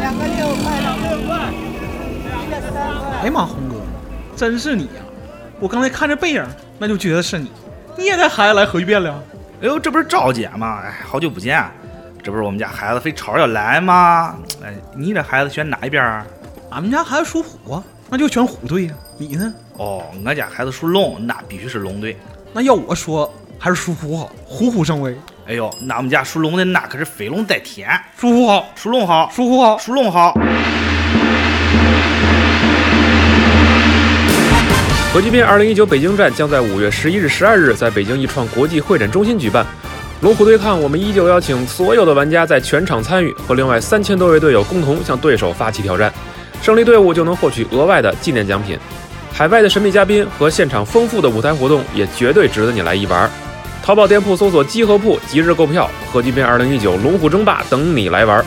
两个六块，两个六块，一个三块。哎呀妈，红哥，真是你呀、啊我刚才看着背影，那就觉得是你。你也带孩子来合聚变了？哎呦，这不是赵姐吗？哎，好久不见，这不是我们家孩子非吵着要来吗？哎，你这孩子选哪一边啊？俺们家孩子属虎啊，那就选虎队呀、你呢？哦，我家孩子属龙，那必须是龙队。那要我说，还是属虎好，虎虎生威。哎呦，那我们家属龙的那可是飞龙在天，属虎好，属龙好，属虎好。属龙好。核聚变2019北京站将在5月11日、12日在北京一创国际会展中心举办。龙虎对抗，我们依旧邀请所有的玩家在全场参与，和另外三千多位队友共同向对手发起挑战，胜利队伍就能获取额外的纪念奖品。海外的神秘嘉宾和现场丰富的舞台活动也绝对值得你来一玩。淘宝店铺搜索“集合铺”即日购票，核聚变2019龙虎争霸等你来玩。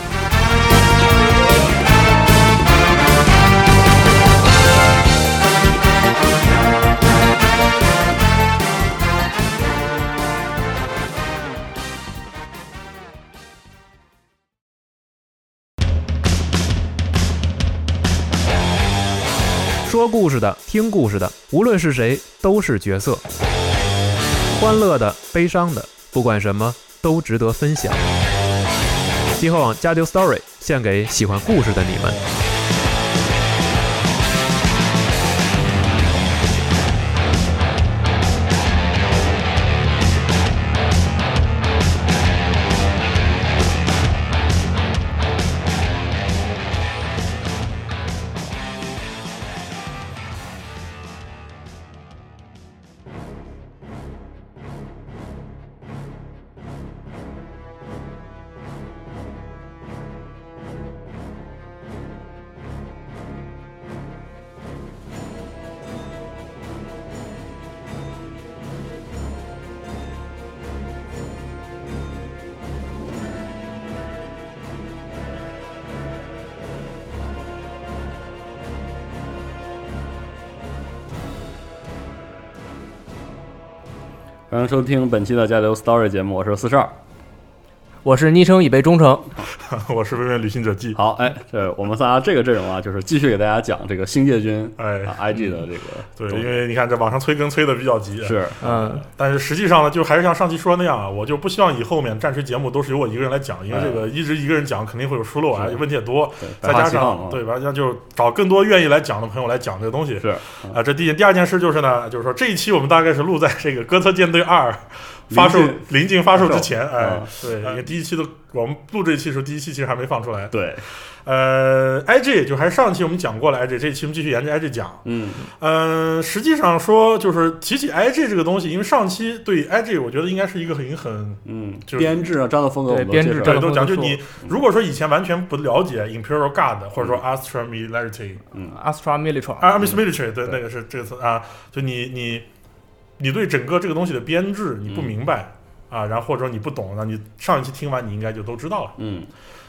说故事的、听故事的，无论是谁，都是角色。欢乐的、悲伤的，不管什么都值得分享。集合网加丢 Story 献给喜欢故事的你们。欢迎收听本期的《加流 Story》节目，我是四十二。我是昵称已被忠诚， 我是微微旅行者记。好，哎，这我们仨这个阵容啊，就是继续给大家讲这个星界军哎，啊 IG 的这个嗯对，东西因为你看这网上催更催的比较急，。啊是嗯，但是实际上呢，就还是像上期说的那样啊，我就不希望以后面战锤节目都是由我一个人来讲，因为哎这个一直一个人讲肯定会有疏漏啊是，问题也多，对百再花加齐放上啊，对，完了就找更多愿意来讲的朋友来讲这个东西。是啊，这第一第二件事就是呢，就是说这一期我们大概是录在这个《哥特舰队二》发售临近临近发售之前，哎啊，对，因为第一期的我们录这一期的时候，第一期其实还没放出来。对，呃，IG 就还是上期我们讲过了，IG 这一期我们继续沿着 IG 讲。嗯，嗯，实际上说就是提起 IG 这个东西，因为上期对 IG 我觉得应该是一个很很嗯，就是编制啊，战斗风格我对们都编介制绍战对斗都风讲，格就说你如果说以前完全不了解 Imperial Guard 或者说 Astra Military、 Astra Military， Army Military，对，那个是这个词啊，就你你你对整个这个东西的编制你不明白。啊，然后或者说你不懂，那你上一期听完你应该就都知道了。嗯，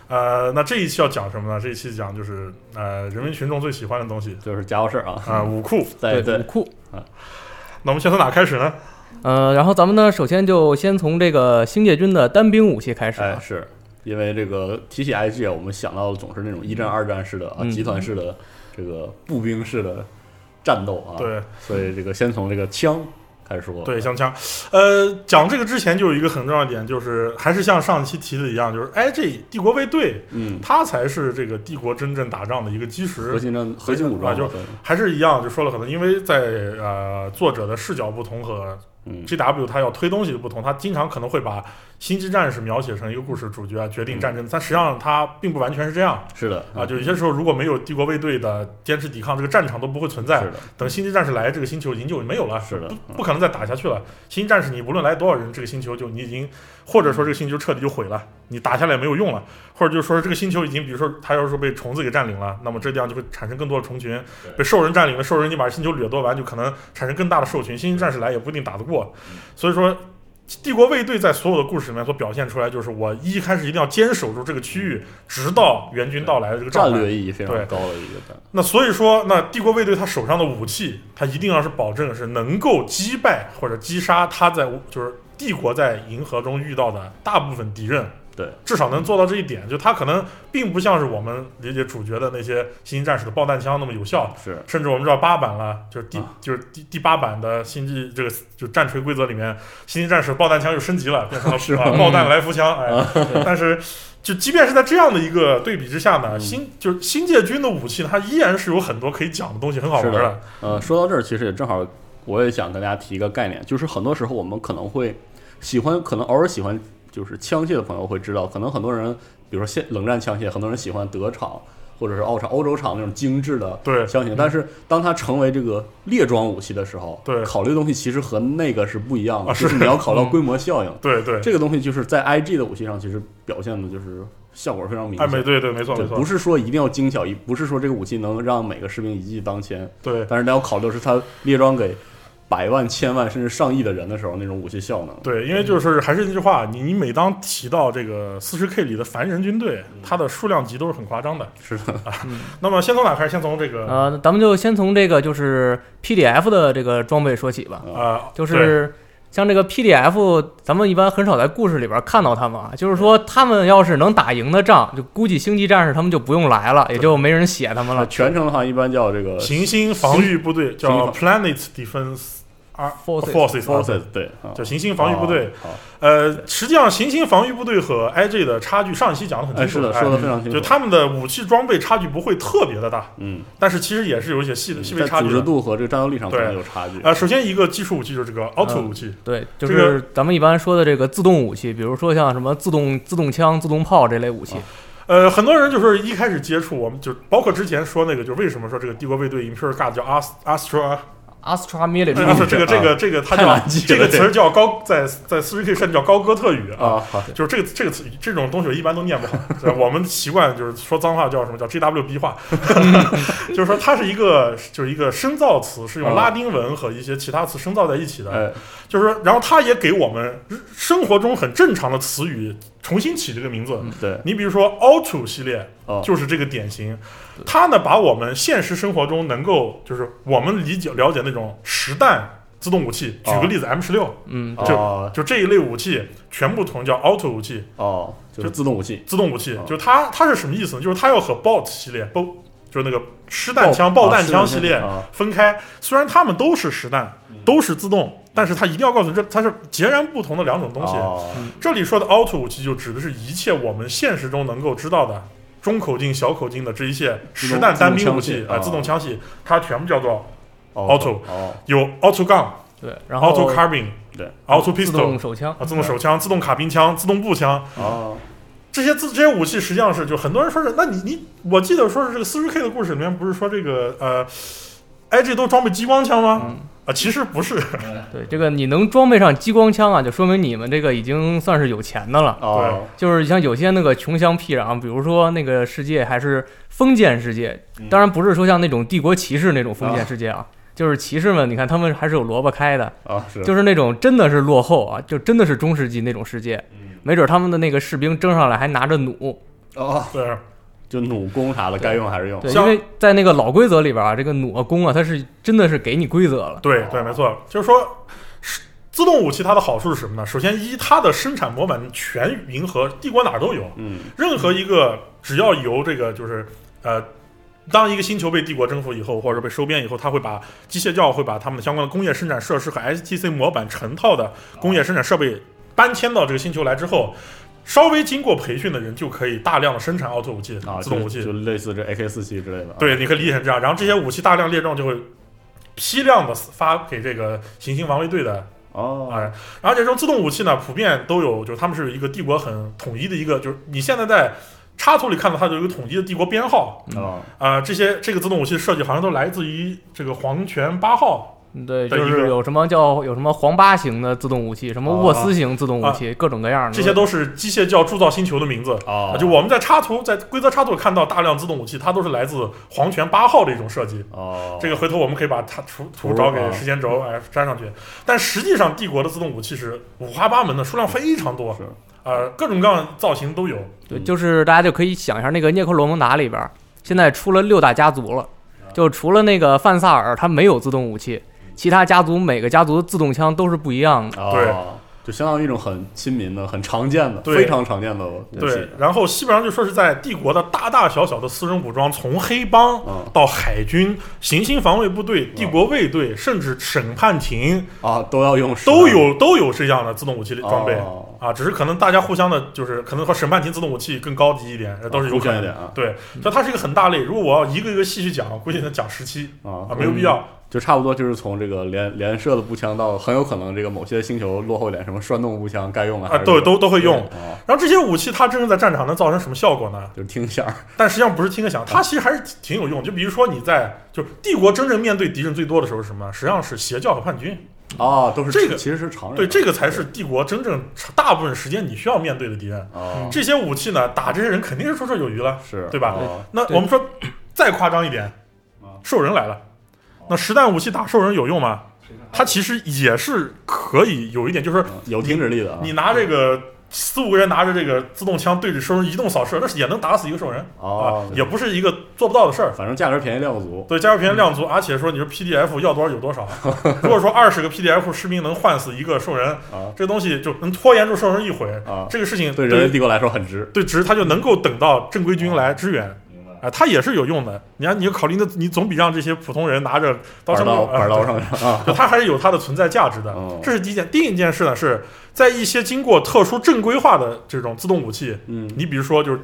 呃，那这一期要讲什么呢？这一期讲就是呃，人民群众最喜欢的东西就是家伙事儿啊， 啊，武库。在对，武对，库，那我们先从哪开始呢？呃，然后咱们呢，首先就先从这个星界军的单兵武器开始哎，啊，是因为这个提起 IG，啊我们想到的总是那种一战、二战式的啊，嗯集团式的这个步兵式的战斗啊，，对，所以这个先从这个枪开始说，对，，像枪，呃，讲这个之前就有一个很重要的点，就是还是像上期提的一样，就是 IG 帝国卫队，嗯，它才是这个帝国真正打仗的一个基核石。心战核心武装啊就对还是一样，就说了很多，因为在呃作者的视角不同和嗯 GW 他要推东西的不同，他经常可能会把星际战士描写成一个故事主角啊决定战争，但实际上它并不完全是这样是的嗯啊。就有些时候如果没有帝国卫队的坚持抵抗，这个战场都不会存在是。的，等星际战士来，这个星球已经就没有了，是的不不可能再打下去了。星际战士你无论来多少人，这个星球就你已经，或者说这个星球彻底就毁了，你打下来也没有用了，或者就是说这个星球已经，比如说它要是被虫子给占领了，那么这地方就会产生更多的虫群，被兽人占领了，兽人已经把星球掠夺完，就可能产生更大的兽群，星际战士来也不一定打得过，所以说。帝国卫队在所有的故事里面所表现出来，就是我一开始一定要坚守住这个区域，直到援军到来的这个状战态。略意义非常对高的一个战，那所以说，那帝国卫队他手上的武器，他一定要是保证是能够击败或者击杀他在就是帝国在银河中遇到的大部分敌人。对，至少能做到这一点。就它可能并不像是我们理解主角的那些星际战士的爆弹枪那么有效，是甚至我们知道八版了，就是第、啊就是第第八版的星际这个就战锤规则里面，星际战士爆弹枪又升级了，变成 了是吗啊爆弹来福枪。哎， 但是就即便是在这样的一个对比之下呢，嗯星就是星界军的武器呢，它依然是有很多可以讲的东西，很好玩是的呃，说到这儿，其实也正好，我也想跟大家提一个概念，就是很多时候我们可能会喜欢，可能偶尔喜欢就是枪械的朋友会知道，可能很多人，比如说现冷战枪械，很多人喜欢德厂或者是奥厂、欧洲厂那种精致的对嗯枪械，但是当它成为这个列装武器的时候，对考虑的东西其实和那个是不一样的，啊就是你要考虑到规模效应。对对，这个东西就是在 IG 的武器上，其实表现的就是效果非常明哎，显。没对对，没错对没错，不是说一定要精巧，一不是说这个武器能让每个士兵一骑当千，对但是你要考虑的是它列装给百万、千万甚至上亿的人的时候那种武器效能。对，因为就是还是那句话，你你每当提到这个四十 K 里的凡人军队，它的数量级都是很夸张的。嗯啊是的，那么先从哪开始？先从这个呃，咱们就先从这个就是 PDF 的这个装备说起吧，呃，就对是像这个 PDF，咱们一般很少在故事里边看到他们啊。就是说，他们要是能打赢的仗，就估计星际战士他们就不用来了，也就没人写他们那了。全程的话一般叫这个啊行星防御部队叫呃行 Planet Defense Ar- Forces Forces 啊 forces 对，啊叫行星防御部队。，好，呃，实际上行星防御部队和 IG 的差距，上一期讲的很哎，清楚，是的，哎说的非常清楚。就他们的武器装备差距不会特别的大，嗯，但是其实也是有一些细细微在差组距织的。度和这个战斗力上可对能有差距。呃，首先一个基础武器就是这个凹嗯凸武器，对，就这个是咱们一般说的这个自动武器，比如说像什么自动自动枪、自动炮这类武器啊。呃，很多人就是一开始接触，我们就包括之前说那个，就是为什么说这个帝国卫队 Imperial Guard 叫 Ast- Astra， Astra Military，、啊不是这个这个这个，它叫嗯太难记了这个词儿叫高，在在四十 K 甚至叫高哥特语啊，啊，好，就是这个这个词这种东西我一般都念不好，对我们习惯就是说脏话叫什么叫 GWB 话，就是说它是一个就是一个深造词，是用啊拉丁文和一些其他词深造在一起的，哎，就是说，然后它也给我们日生活中很正常的词语重新起这个名字，对，你比如说 Auto 系列嗯哦，就是这个典型，它呢把我们现实生活中能够就是我们理解了解那种实弹自动武器，举哦个例子 M 十六，嗯，哦就这一类武器全部统称叫 Auto 武器，哦，就是自动武器，自动武器哦，就是它它是什么意思呢？就是它要和 Bot 系列 b o 就是那个实弹枪、爆爆弹枪啊是系列啊分开，虽然它们都是实弹，都是自动。但是它一定要告诉你，这它是截然不同的两种东西。嗯哦这里说的 auto 武器就指的是一切我们现实中能够知道的中口径、小口径的这一些实弹单兵武器自动啊、自动枪系，它全部叫做，auto，哦，有 auto gun、对，然后 auto carbine、对， auto 自动 pistol 手枪啊、自动手枪、自动卡宾枪、自动步枪哦，这些自这些武器，实际上是就很多人说是，那你你我记得说是这个四十 K 的故事里面不是说这个呃，IG 都装备激光枪吗？啊，其实不是， 对，这个你能装备上激光枪啊，就说明你们这个已经算是有钱的了。哦，就是像有些那个穷乡僻壤，比如说那个世界还是封建世界，当然不是说像那种帝国骑士那种封建世界啊，就是骑士们，你看他们还是有萝卜开的，啊，是，就是那种真的是落后啊，就真的是中世纪那种世界，嗯没准他们的那个士兵争上来还拿着弩，哦，对，就弩弓啥的，该用还是用。对，像因为在那个老规则里边啊，这个弩啊弓啊，它是真的是给你规则了，对对，没错，就是说，是自动武器它的好处是什么呢？首先，一它的生产模板全迎合帝国哪儿都有，嗯，任何一个只要由这个就是呃，当一个星球被帝国征服以后，或者被收编以后，它会把机械教会把他们的相关的工业生产设施和 STC 模板成套的工业生产设备搬迁到这个星球来之后。稍微经过培训的人就可以大量的生产奥特武器、啊，自动武器，就就类似这 AK 四七之类的。，对，你可以理解成这样。然后这些武器大量列装就会批量的发给这个行星防卫队的哦，哎，然后这种自动武器呢，普遍都有，就是他们是有一个帝国很统一的一个，就是你现在在插图里看到它就有一个统一的帝国编号哦，啊、这些这个自动武器设计好像都来自于这个皇权八号嗯对，对就一个啊是有什么叫有什么黄八型的自动武器，什么哦沃斯型自动武器，各种各样的，这些都是机械教铸造星球的名字。哦啊，就我们在插图在规则插图里看到大量自动武器，它都是来自皇权八号的一种设计。哦，这个回头我们可以把它图图图找给啊时间轴，哎，粘上去。但实际上，帝国的自动武器是五花八门的，数量非常多是，呃，各种各样的造型都有。对，就是大家就可以想一下那个《涅克罗蒙达》里边儿，现在出了六大家族了，啊就除了那个范萨嗯尔，他没有自动武器，其他家族每个家族的自动枪都是不一样的。哦对就相当于一种很亲民的、很常见的、对非常常见的武器。对，然后基本上就说是在帝国的大大小小的私人武装，从黑帮嗯到海军、行星防卫部队、帝国卫队，甚至审判庭，啊，都要用实弹都有都有这样的自动武器的装备哦啊。只是可能大家互相的，就是可能和审判庭自动武器更高级一点，都是有互可相能一点的。啊对，所以它是一个很大类。如果我要一个一个细去讲，估计能讲十期啊啊，没有必要。就差不多就是从这个连连射的步枪到很有可能这个某些星球落后一点，什么栓动步枪该用了啊都都都会用啊，然后这些武器它真正在战场能造成什么效果呢？就是听响儿但实际上不是听个响，它其实还是挺有用。就比如说你在就是帝国真正面对敌人最多的时候是什么？实际上是邪教和叛军。啊，都是这个其实是常人对，这个才是帝国真正大部分时间你需要面对的敌人。啊这些武器呢，打这些人肯定是绰绰有余了，是嗯对吧？啊那我们说再夸张一点啊，兽人来了，那实弹武器打兽人有用吗？它其实也是可以有一点，就是有停止力的啊你拿这个四五个人拿着这个自动枪对着兽人移动扫射，那是也能打死一个兽人啊哦，，也不是一个做不到的事儿。反正价格便宜量不足，对，加入平原量嗯足，而且说你说 PDF 要多少有多少。如果说二十个 PDF 士兵能换死一个兽人，啊这东西就能拖延住兽人一回啊这个事情对人类帝国来说很值。对值，他就能够等到正规军来支援。啊，它也是有用的。你看，你考虑的，你总比让这些普通人拿着刀板枪刀棍板刀， 上啊，它还是有它的存在价值的哦。 这是第一件。第一件事呢，是在一些经过特殊正规化的这种自动武器，嗯你比如说就是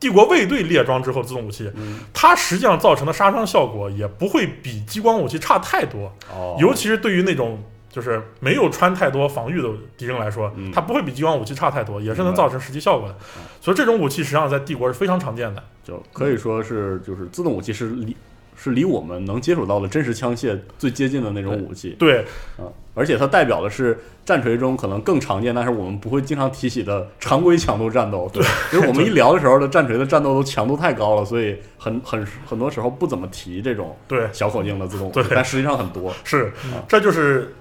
帝国卫队列装之后的自动武器，嗯它实际上造成的杀伤效果也不会比激光武器差太多，哦，尤其是对于那种就是没有穿太多防御的敌人来说嗯，它不会比激光武器差太多，也是能造成实际效果的。所以这种武器实际上在帝国是非常常见的。就可以说是就是自动武器是离是离我们能接触到的真实枪械最接近的那种武器。对啊，而且它代表的是战锤中可能更常见，但是我们不会经常提起的常规强度战斗。对， 就是我们一聊的时候的战锤的战斗都强度太高了，所以很很很多时候不怎么提这种对，小口径的自动武器，对但实际上很多。是，嗯这就是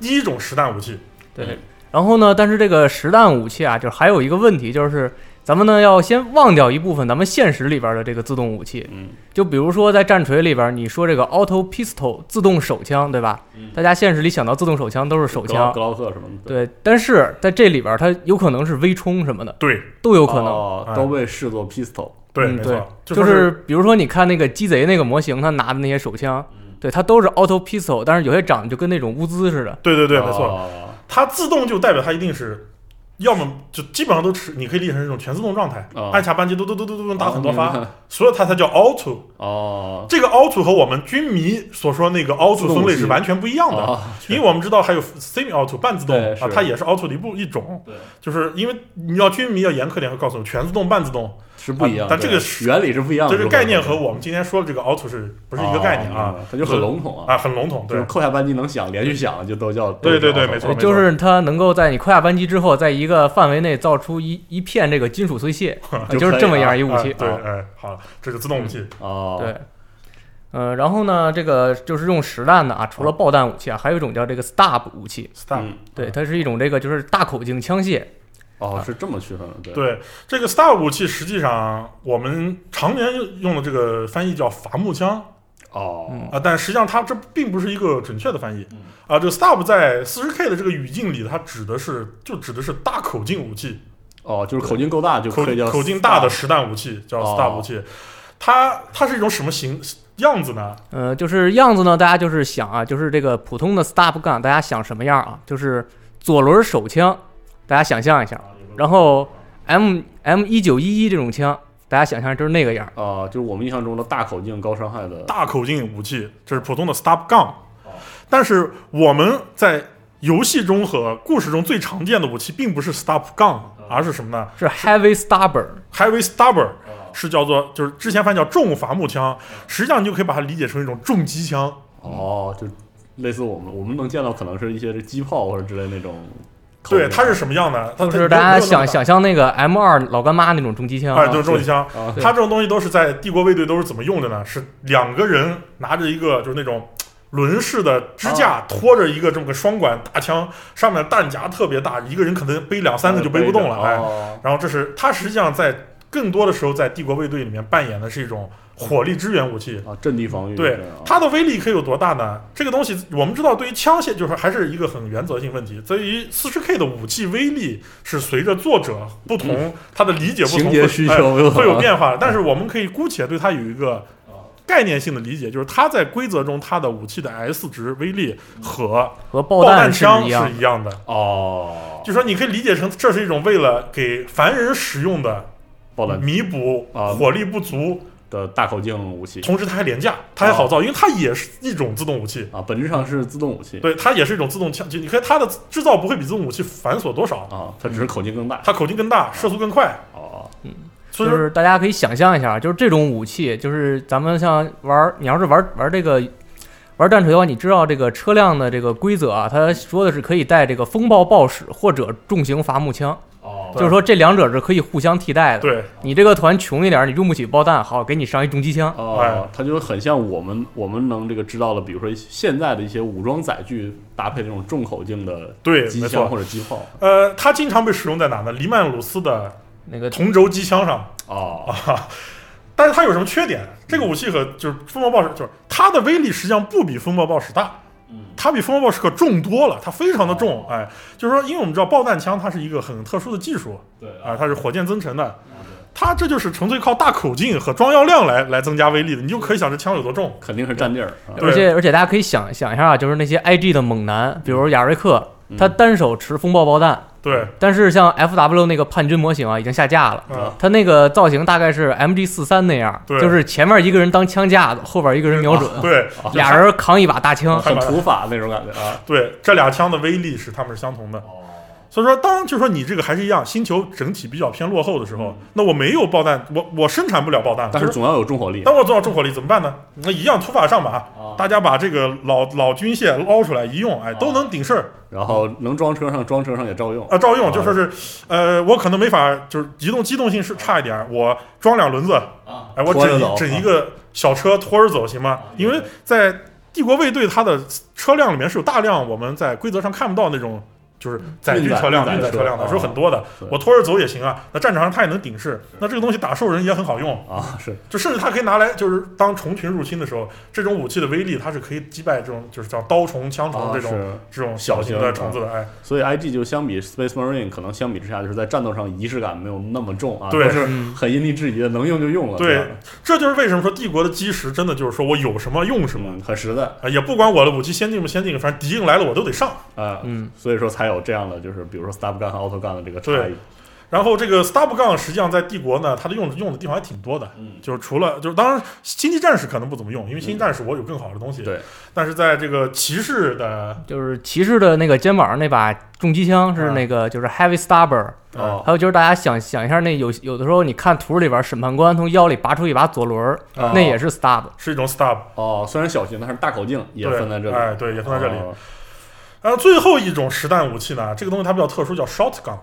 第一种实弹武器。对。然后呢，但是这个实弹武器啊，就是还有一个问题，就是咱们呢要先忘掉一部分咱们现实里边的这个自动武器，嗯，就比如说在战锤里边，你说这个 auto pistol 自动手枪，对吧？嗯大家现实里想到自动手枪都是手格劳枪格，劳克什么的，对。但是在这里边，它有可能是微冲什么的，对都有不可能。哎能哦都被视作 pistol。对，嗯没对错，就说是比如说你看那个鸡贼那个模型，他拿的那些手枪，对，它都是 auto pistol，但是有些长得就跟那种乌兹似的。对对对，没错。哦它自动就代表它一定是，要么就基本上都是，你可以理解成这种全自动状态，啊按下扳机嘟嘟嘟嘟嘟嘟打很多哦明发白，所以它才叫 auto。 哦这个 auto 和我们军迷所说那个 auto 分类是完全不一样的。哦，因为我们知道还有 semi auto 半自动对是，啊它也是 auto 的一部一种。就是因为你要军迷要严苛点，会告诉你全自动、半自动，是不一样的，啊但这个是原理是不一样的，这个概念和我们今天说的这个 auto 是不是一个概念啊哦？它就很笼统啊啊，，很笼统。就是对扣下扳机能响，连续响就都叫对对对，都叫没错，没错啊就是它能够在你扣下扳机之后，在一个范围内造出一一片这个金属碎屑，啊就就是可以这么了样一武器啊。对，啊哎，好了，这是自动武器。哦，对，呃，然后呢，这个就是用实弹的啊，除了爆弹武器啊，还有一种叫这个 stab 武器， Stop。嗯对，它是一种这个就是大口径枪械，哦，是这么区分的，对，对这个 STAR 武器，实际上我们常年用的这个翻译叫伐木枪哦，啊、但实际上它这并不是一个准确的翻译啊、这个 STAR 在 40K 的这个语境里，它指的是就指的是大口径武器，哦，就是口径够大就口可以叫口径大的 star 实弹武器叫哦 STAR 武器。它它是一种什么形样子呢？呃，就是样子呢，大家就是想啊，就是这个普通的 stop gun，大家想什么样啊？就是左轮手枪，大家想象一下，然后 M M 一九一一这种枪，大家想象就是那个样儿。啊，就是我们印象中的大口径高伤害的大口径武器，这是普通的 stop gun。但哦是我们在游戏中和故事中最常见的武器，并不是 stop gun，而哦是什么呢？是 heavy stubber， Heavy Stabber 哦是叫做就是之前翻译叫重伐木枪，实际上你就可以把它理解成一种重机枪。哦，就类似我们我们能见到可能是一些这机炮或者之类那种口径，对，它是什么样的？它就是大它家没有那么想大想象那个 M 二老干妈那种重机枪、哎，就是重机枪啊。对它这种东西都是在帝国卫队都是怎么用的呢？是两个人拿着一个就是那种轮式的支啊架，拖着一个这么个双管大枪，上面弹夹特别大，一个人可能背两三个就背不动了。哎，哦，然后这是它实际上在更多的时候在帝国卫队里面扮演的是一种火力支援武器。啊，阵地防御对这样啊它的威力可以有多大呢？这个东西我们知道，对于枪械就是还是一个很原则性问题。对于4 0 K 的武器威力是随着作者不同，他的理解不同，情节会需求哎会有啊变化。但是我们可以姑且对它有一个概念性的理解，就是它在规则中它的武器的 S 值威力和和爆爆弹是枪一样是一样的。哦，就说你可以理解成这是一种为了给凡人使用的爆弹弥补啊火力不足，的大口径武器同时它还廉价，它还好造，因为它也是一种自动武器。啊，本质上是自动武器对，它也是一种自动枪，就你看它的制造不会比自动武器繁琐多少，啊，它只是口径更大它口径更大，射速更快，哦，所以就说是大家可以想象一下，就是这种武器，就是咱们像玩儿，你要是玩玩这个玩战锤的话，你知道这个车辆的这个规则啊，它说的是可以带这个风暴暴矢或者重型伐木枪，哦就是说这两者是可以互相替代的。对你这个团穷一点，你用不起爆弹，好，给你上一重机枪。哦哎，它就很像我们我们能这个知道的，比如说现在的一些武装载具搭配这种重口径的对，机没枪错。或者机炮啊呃，它经常被使用在哪呢？黎曼鲁斯的那个同轴机枪上，啊哦但是它有什么缺点？这个武器和就是风暴暴矢，就是它的威力实际上不比风暴暴矢大，它比风暴暴矢可重多了，它非常的重。哎，就是说，因为我们知道爆弹枪它是一个很特殊的技术，对啊，它是火箭增程的，它这就是纯粹靠大口径和装药量来来增加威力的，你就可以想这枪有多重。肯定是占地儿啊对而且而且大家可以想想一下啊，就是那些 IG 的猛男，比如亚瑞克，嗯他单手持风暴爆弹，对，但是像 FW 那个叛军模型啊，已经下架了。啊，它那个造型大概是 MG 四三那样，对就是前面一个人当枪架子，后边一个人瞄 准，对俩人扛一把大 啊枪。很土法那种感觉啊，对，这俩枪的威力是它们是相同的。哦所以说，当就说你这个还是一样，星球整体比较偏落后的时候，那我没有爆弹，我我生产不了爆弹，嗯但是就是总要有重火力当我做到重火力怎么办呢？那一样土法上马，大家把这个老老军械捞出来一用，哎，哦都能顶事儿然后能装车上装车上也照用啊，照用。就说哦是，呃，我可能没法，就是移动机动性是差一点儿，我装两轮子，哎，我拖着整走啊哦一整一个小车拖着走行吗？因为在帝国卫队它的车辆里面是有大量我们在规则上看不到那种。就是载具车辆、嗯运载运载车辆运载车啊的是有很多的对，我拖着走也行啊。那战场上它也能顶事，那这个东西打兽人也很好用，啊是就甚至它可以拿来，就是当虫群入侵的时候，这种武器的威力它是可以击败这种就是叫刀虫、枪虫啊这种、是。这种小小型啊型的虫子的。哎，所以 IG 就相比 Space Marine 可能相比之下，就是在战斗上仪式感没有那么重啊，对嗯都是很因地制宜的，能用就用了，对这样的这就是为什么说帝国的基石真的就是说我有什么用什么嗯，很实在啊、啊，也不管我的武器先进不先进，反正敌硬来了我都得上。啊嗯，所以说才有这样的就是比如说 Stab Gun 和 Auto Gun 的这个差异对，然后这个 Stab Gun 实际上在帝国呢，它的用用的地方还挺多的，嗯就是除了就是当然星际战士可能不怎么用，因为星际战士我有更好的东西，对，但是在这个骑士的就是骑士的那个肩膀上那把重机枪嗯是那个就是 Heavy Stabber，、哦还有就是大家想想一下那有有的时候你看图里边审判官从腰里拔出一把左轮儿，啊哦那也是 Stab。是一种 Stab，哦，虽然小型，但是大口径也对分在这里，哎，对，也分在这里。哦然后最后一种实弹武器呢，这个东西它比较特殊，叫 shotgun。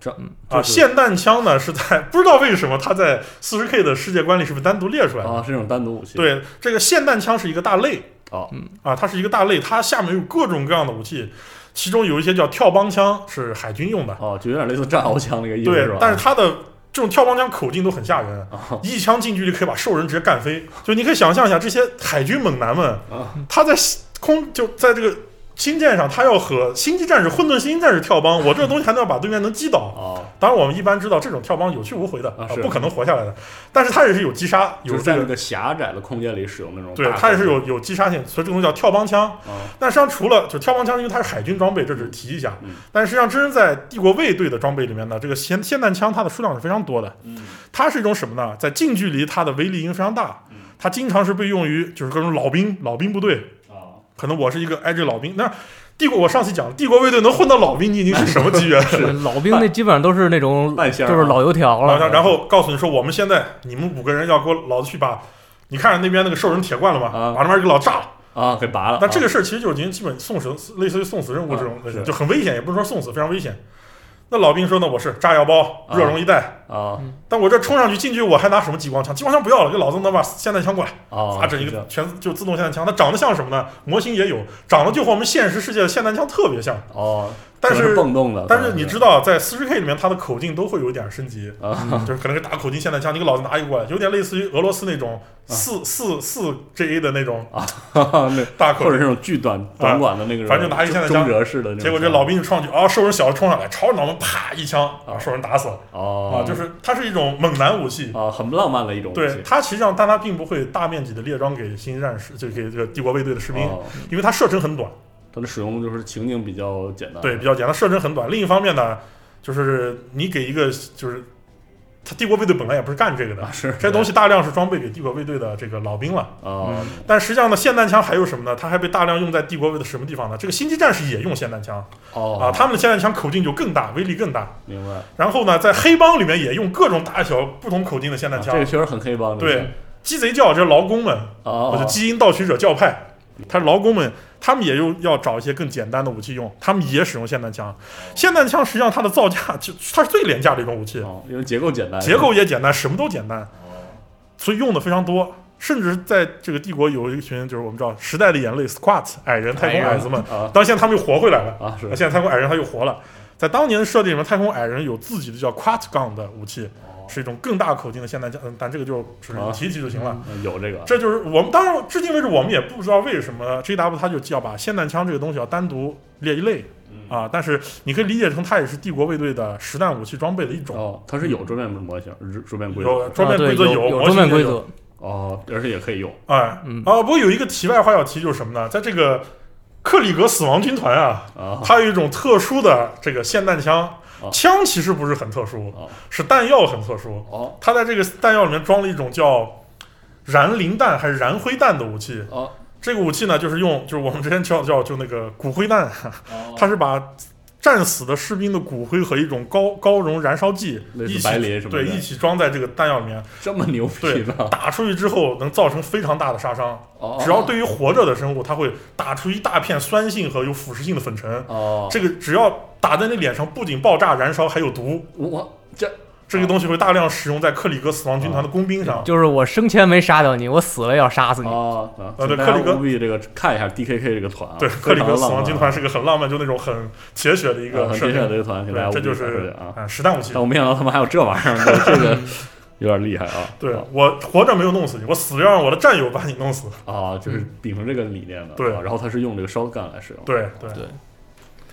这啊，就是霰弹枪呢是在不知道为什么它在四十 K 的世界观里是不是单独列出来的？啊是一种单独武器，对，这个霰弹枪是一个大类哦，啊，它是一个大类，它下面有各种各样的武器，其中有一些叫跳帮枪，是海军用的。哦，就有点类似战獒枪那个意思对吧，？但是它的这种跳帮枪口径都很吓人哦，一枪近距离可以把兽人直接干飞。就你可以想象一下，这些海军猛男们哦，他在空就在这个星舰上，他要和星际战士、混沌星际战士跳帮，我这个东西还能要把对面能击倒。哦，当然，我们一般知道这种跳帮有去无回的，啊啊是不可能活下来的。但是它也是有击杀，有就是这在那个，个狭窄的空间里使用那种大口对，径，它也是有有击杀性，所以这个东西叫跳帮枪。哦但实际上，除了就跳帮枪，因为它是海军装备，这只是提一下。嗯但实际上，真正在帝国卫队的装备里面呢，这个霰霰弹枪它的数量是非常多的。嗯它是一种什么呢？在近距离它的威力应该非常大，嗯它经常是被用于就是各种老兵老兵部队。哦可能我是一个 IG 老兵，那帝国我上次讲帝国卫队能混到老兵，你已经是什么级 别了？ 老兵那基本上都是那种半箱啊就是老油条然了 后，然后告诉你说，我们现在你们五个人要给我老子去把，你看那边那个兽人铁罐了吗？啊把那边给老炸了。啊给拔了，那这啊个事儿其实就是您基本送死，类似于送死任务这种啊类似，是就很危险，也不是说送死，非常危险。那老兵说呢，我是炸药包、啊热熔一带、啊嗯但我这冲上去进去，我还拿什么激光枪？激光枪不要了，给老子能把霰弹枪管，啊！啊，这一是个样全就自动霰弹枪，它长得像什么呢？模型也有，长得就和我们现实世界的霰弹枪特别像，哦，但可能是蹦动的，但是你知知道，在四十 K 里面，它的口径都会有一点升级，啊就是可能是打口径霰弹枪，你给老子拿一个过来，有点类似于俄罗斯那种四四四 JA 的那种啊，哈哈 那大或口者是径。那种巨短短管的那个，啊反正就拿一霰弹枪中折式的那种。结果这老兵就冲上去啊，兽人小子冲上来，朝着脑门啪一枪啊，兽人打死了啊哦，，就是它是一种猛男武器。啊，很不浪漫的一种东西对它其实上，但它并不会大面积的列装给新战士，就给这个帝国卫队的士兵，哦啊因为它射程很短，它的使用就是情景比较简单。对，比较简单，射程很短。另一方面呢，就是你给一个就是，他帝国卫队本来也不是干这个的，啊，是这东西大量是装备给帝国卫队的这个老兵了。啊，但实际上呢，霰弹枪还有什么呢？它还被大量用在帝国卫的什么地方呢？这个星际战士也用霰弹枪哦啊，他们的霰弹枪口径就更大，威力更大。明白。啊然后呢，在黑帮里面也用各种大小不同口径的霰弹啊这枪个。确实很黑帮。这个对，鸡贼教这劳工们，哦或者哦基因盗取者教派，他劳工们，他们也又要找一些更简单的武器用，他们也使用霰弹枪。霰弹枪实际上它的造价就它是最廉价的一种武器，哦，因为结构简单，结构也简单，什么都简单，所以用的非常多。甚至在这个帝国有一群就是我们知道时代的眼泪 Squat 矮人太空矮子们，啊当然现在他们又活回来了。啊是那现在太空矮人他又活了。在当年的设定里面，太空矮人有自己的叫 quad gun 的武器，哦是一种更大口径的霰弹枪，嗯但这个就只是啊提一提就行了。嗯有这个这就是我们当然至今为止我们也不知道为什么 JW 它就要把霰弹枪这个东西要单独列一类嗯嗯啊，但是你可以理解成它也是帝国卫队的实弹武器装备的一种。哦，它是有桌面模型，是桌面规有则桌面规则啊对有模桌型面也规有则，哦，而且也可以用哎，嗯啊，不过有一个题外话要提，就是什么呢？在这个克里格死亡军团啊，啊它有一种特殊的这个霰弹枪哦，枪其实不是很特殊哦，是弹药很特殊。哦它在这个弹药里面装了一种叫燃磷弹还是燃灰弹的武器。哦这个武器呢，就是用就是我们之前叫叫就那个骨灰弹，啊哦它是把战死的士兵的骨灰和一种高高溶燃烧剂类似一白磷起什么的对一起装在这个弹药里面，这么牛逼对呢，打出去之后能造成非常大的杀伤。哦只要对于活着的生物，它会打出一大片酸性和有腐蚀性的粉尘。哦这个只要打在你脸上，不仅爆炸燃烧，还有毒。我这这个东西会大量使用在克里格死亡军团的工兵上。就是我生前没杀掉你，我死了也要杀死你。哦啊，呃对请大家克里格务必这个看一下 DKK 这个团啊，对，嗯克非里常格的死浪亡漫军团是个很浪漫，就那种很铁血的一啊个很设危险定的。一个团，给大家对，这就务必了是解啊。啊，实弹武器但。我没想到他们还有这玩意儿，这 个有点厉害啊。对啊我活着没有弄死你，我死了要让我的战友把你弄死。啊，就是秉承这个理念的。嗯对啊然后他是用这个 shotgun 来使用，，对对对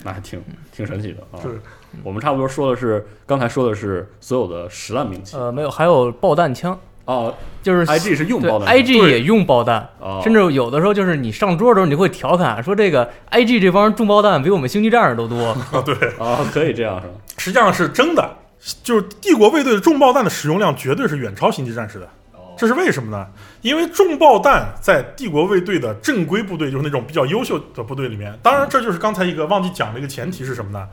那还挺挺神奇的啊。是，我们差不多说的是刚才说的是所有的实弹兵器呃，没有，还有爆弹枪，呃哦就是，IG 是用对爆弹 IG 也用爆弹，哦甚至有的时候就是你上桌的时候，你会调侃说这个 IG 这帮人中爆弹比我们星际战士 都多。啊，可以这样是吧？实际上是真的，就是帝国卫队的重爆弹的使用量绝对是远超星际战士的。哦这是为什么呢？因为重爆弹在帝国卫队的正规部队，就是那种比较优秀的部队里面，当然这就是刚才一个忘记讲的一个前提是什么呢？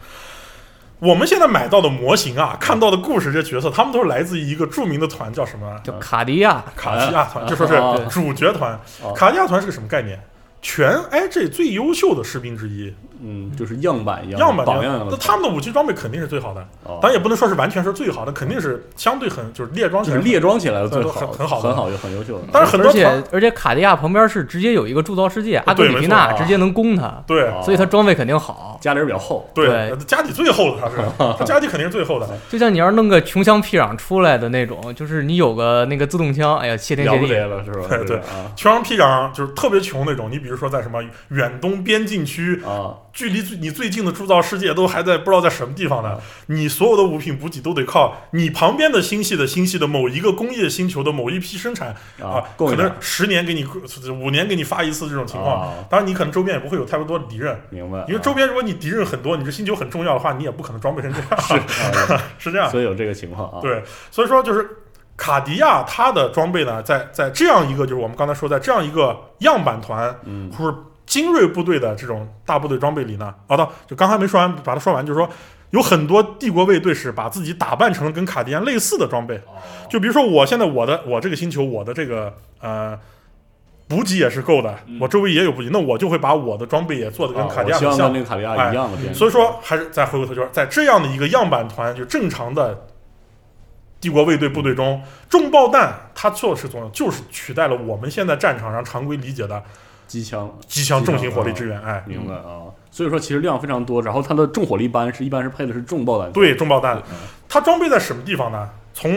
我们现在买到的模型啊，看到的故事这些角色，他们都是来自于一个著名的团，叫什么？叫卡迪亚，卡西亚团，就说啊是主角团哦。卡西亚团是个什么概念？全 IG 最优秀的士兵之一，嗯，就是样板一样的，样板榜样一样那的。他们的武器装备肯定是最好的，哦咱也不能说是完全是最好的，肯定是相对很就是列装起就来是列装起来的最都好，很很好的很好，又很优秀的。但是很多而且团而且卡迪亚旁边是直接有一个铸造世界，阿格里皮没娜错啊直接能攻他，对哦所以他装备肯定好。家里人比较厚，对对家底最厚的他是， 他家底肯定是最厚的。就像你要是弄个穷乡僻壤出来的那种，就是你有个那个自动枪，哎呀，谢天了谢不地得。了是吧？对这个对啊穷乡僻壤就是特别穷那种，你比如说在什么远东边境区，啊，距离最你最近的铸造世界都还在不知道在什么地方呢，你所有的物品补给都得靠你旁边的星系的星系的某一个工业星球的某一批生产啊啊，供可应量能十年给你五年给你发一次这种情啊况。当然，你可能周边也不会有太多的敌人，明白。啊因为周边如果你敌人很多，你这星球很重要的话，你也不可能装备成这样，啊是这样。所以有这个情况啊。对，所以说就是卡迪亚它的装备呢，在在这样一个就是我们刚才说，在这样一个样板团嗯，或者精锐部队的这种大部队装备里呢，啊，到就刚才没说完，把它说完，就是说有很多帝国卫队是把自己打扮成了跟卡迪亚类似的装备，哦就比如说我现在我的我这个星球我的这个呃。补给也是够的，我周围也有补给，那我就会把我的装备也做的跟嗯啊卡迪亚我希很望像哎跟，那个卡迪亚一样的变。所以说，还是再回过头，就是在这样的一个样板团，就正常的帝国卫队部队中，重爆弹它做的是重要，就是取代了我们现在战场上常规理解的机枪，机枪重型火力支援。哎，明白啊。所以说其实量非常多，然后它的重火力班是一般是配的是重爆弹，对，重爆弹嗯，它装备在什么地方呢？从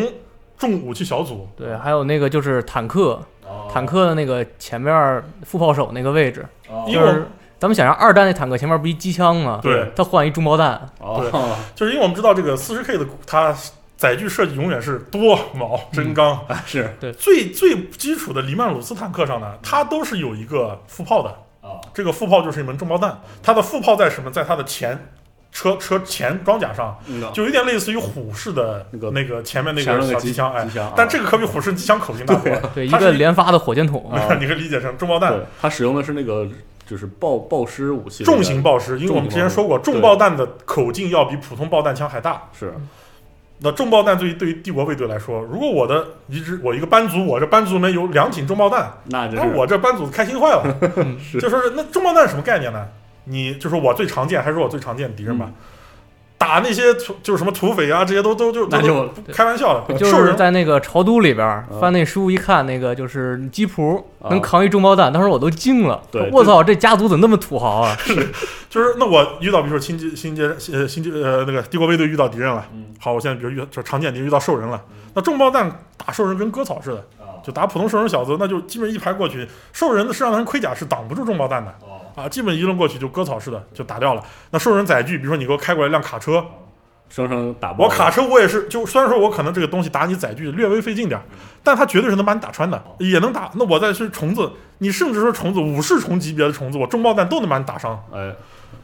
重武器小组对，还有那个就是坦克，哦，坦克的那个前面副炮手那个位置，哦因就为我是咱们想象二战那坦克前面不一机枪吗？对，他换一中爆弹，哦，就是因为我们知道这个四十 K 的它载具设计永远是多铆真钢，哎是最最基础的黎曼鲁斯坦克上呢，它都是有一个副炮的，啊，这个副炮就是一门重炮弹，它的副炮在什么？在它的前车车前装甲上，嗯就有点类似于虎式的那个那个前面那前个面那小个机机枪，哎机枪啊，但这个可比虎式机枪口径大多了。 对，一它个是连发的火箭筒，啊你可以理解成重炮弹对，，它使用的是那个就是爆爆师武器，重型爆石，因为我们之前说过，重重型炮爆弹的口径要比普通爆弹枪还大。是那重炮弹对于对于帝国卫队来说，如果我的一支我一个班组，我这班组里面有两挺重炮弹，那这那是我这班组开心坏 了。就说是那重炮弹是什么概念呢？你就说我最常见，还是我最常见的敌人吧？打那些土就是什么土匪啊，这些都都就那都就都开玩笑的，就兽是人在那个朝都里边儿嗯翻那书一看，那个就是吉普啊能扛一中包弹，当时我都惊了对，我操，这家族怎么那么土豪啊？就是那我遇到比如说新街新街呃新街呃那个帝国卫队遇到敌人了，嗯好，我现在比如遇到就常见敌人遇到兽人了，那重炮弹打兽人跟割草似的，啊就打普通兽人小子，那就基本一排过去，兽人的身上的盔甲是挡不住重炮弹的。哦啊，基本一抡过去就割草似的就打掉了。那兽人载具，比如说你给我开过来一辆卡车，生生打爆我卡车我也是，就虽然说我可能这个东西打你载具略微费劲点儿，但它绝对是能把你打穿的，也能打。那我再是虫子，你甚至说虫子武士虫级别的虫子，我重爆弹都能把你打伤。哎，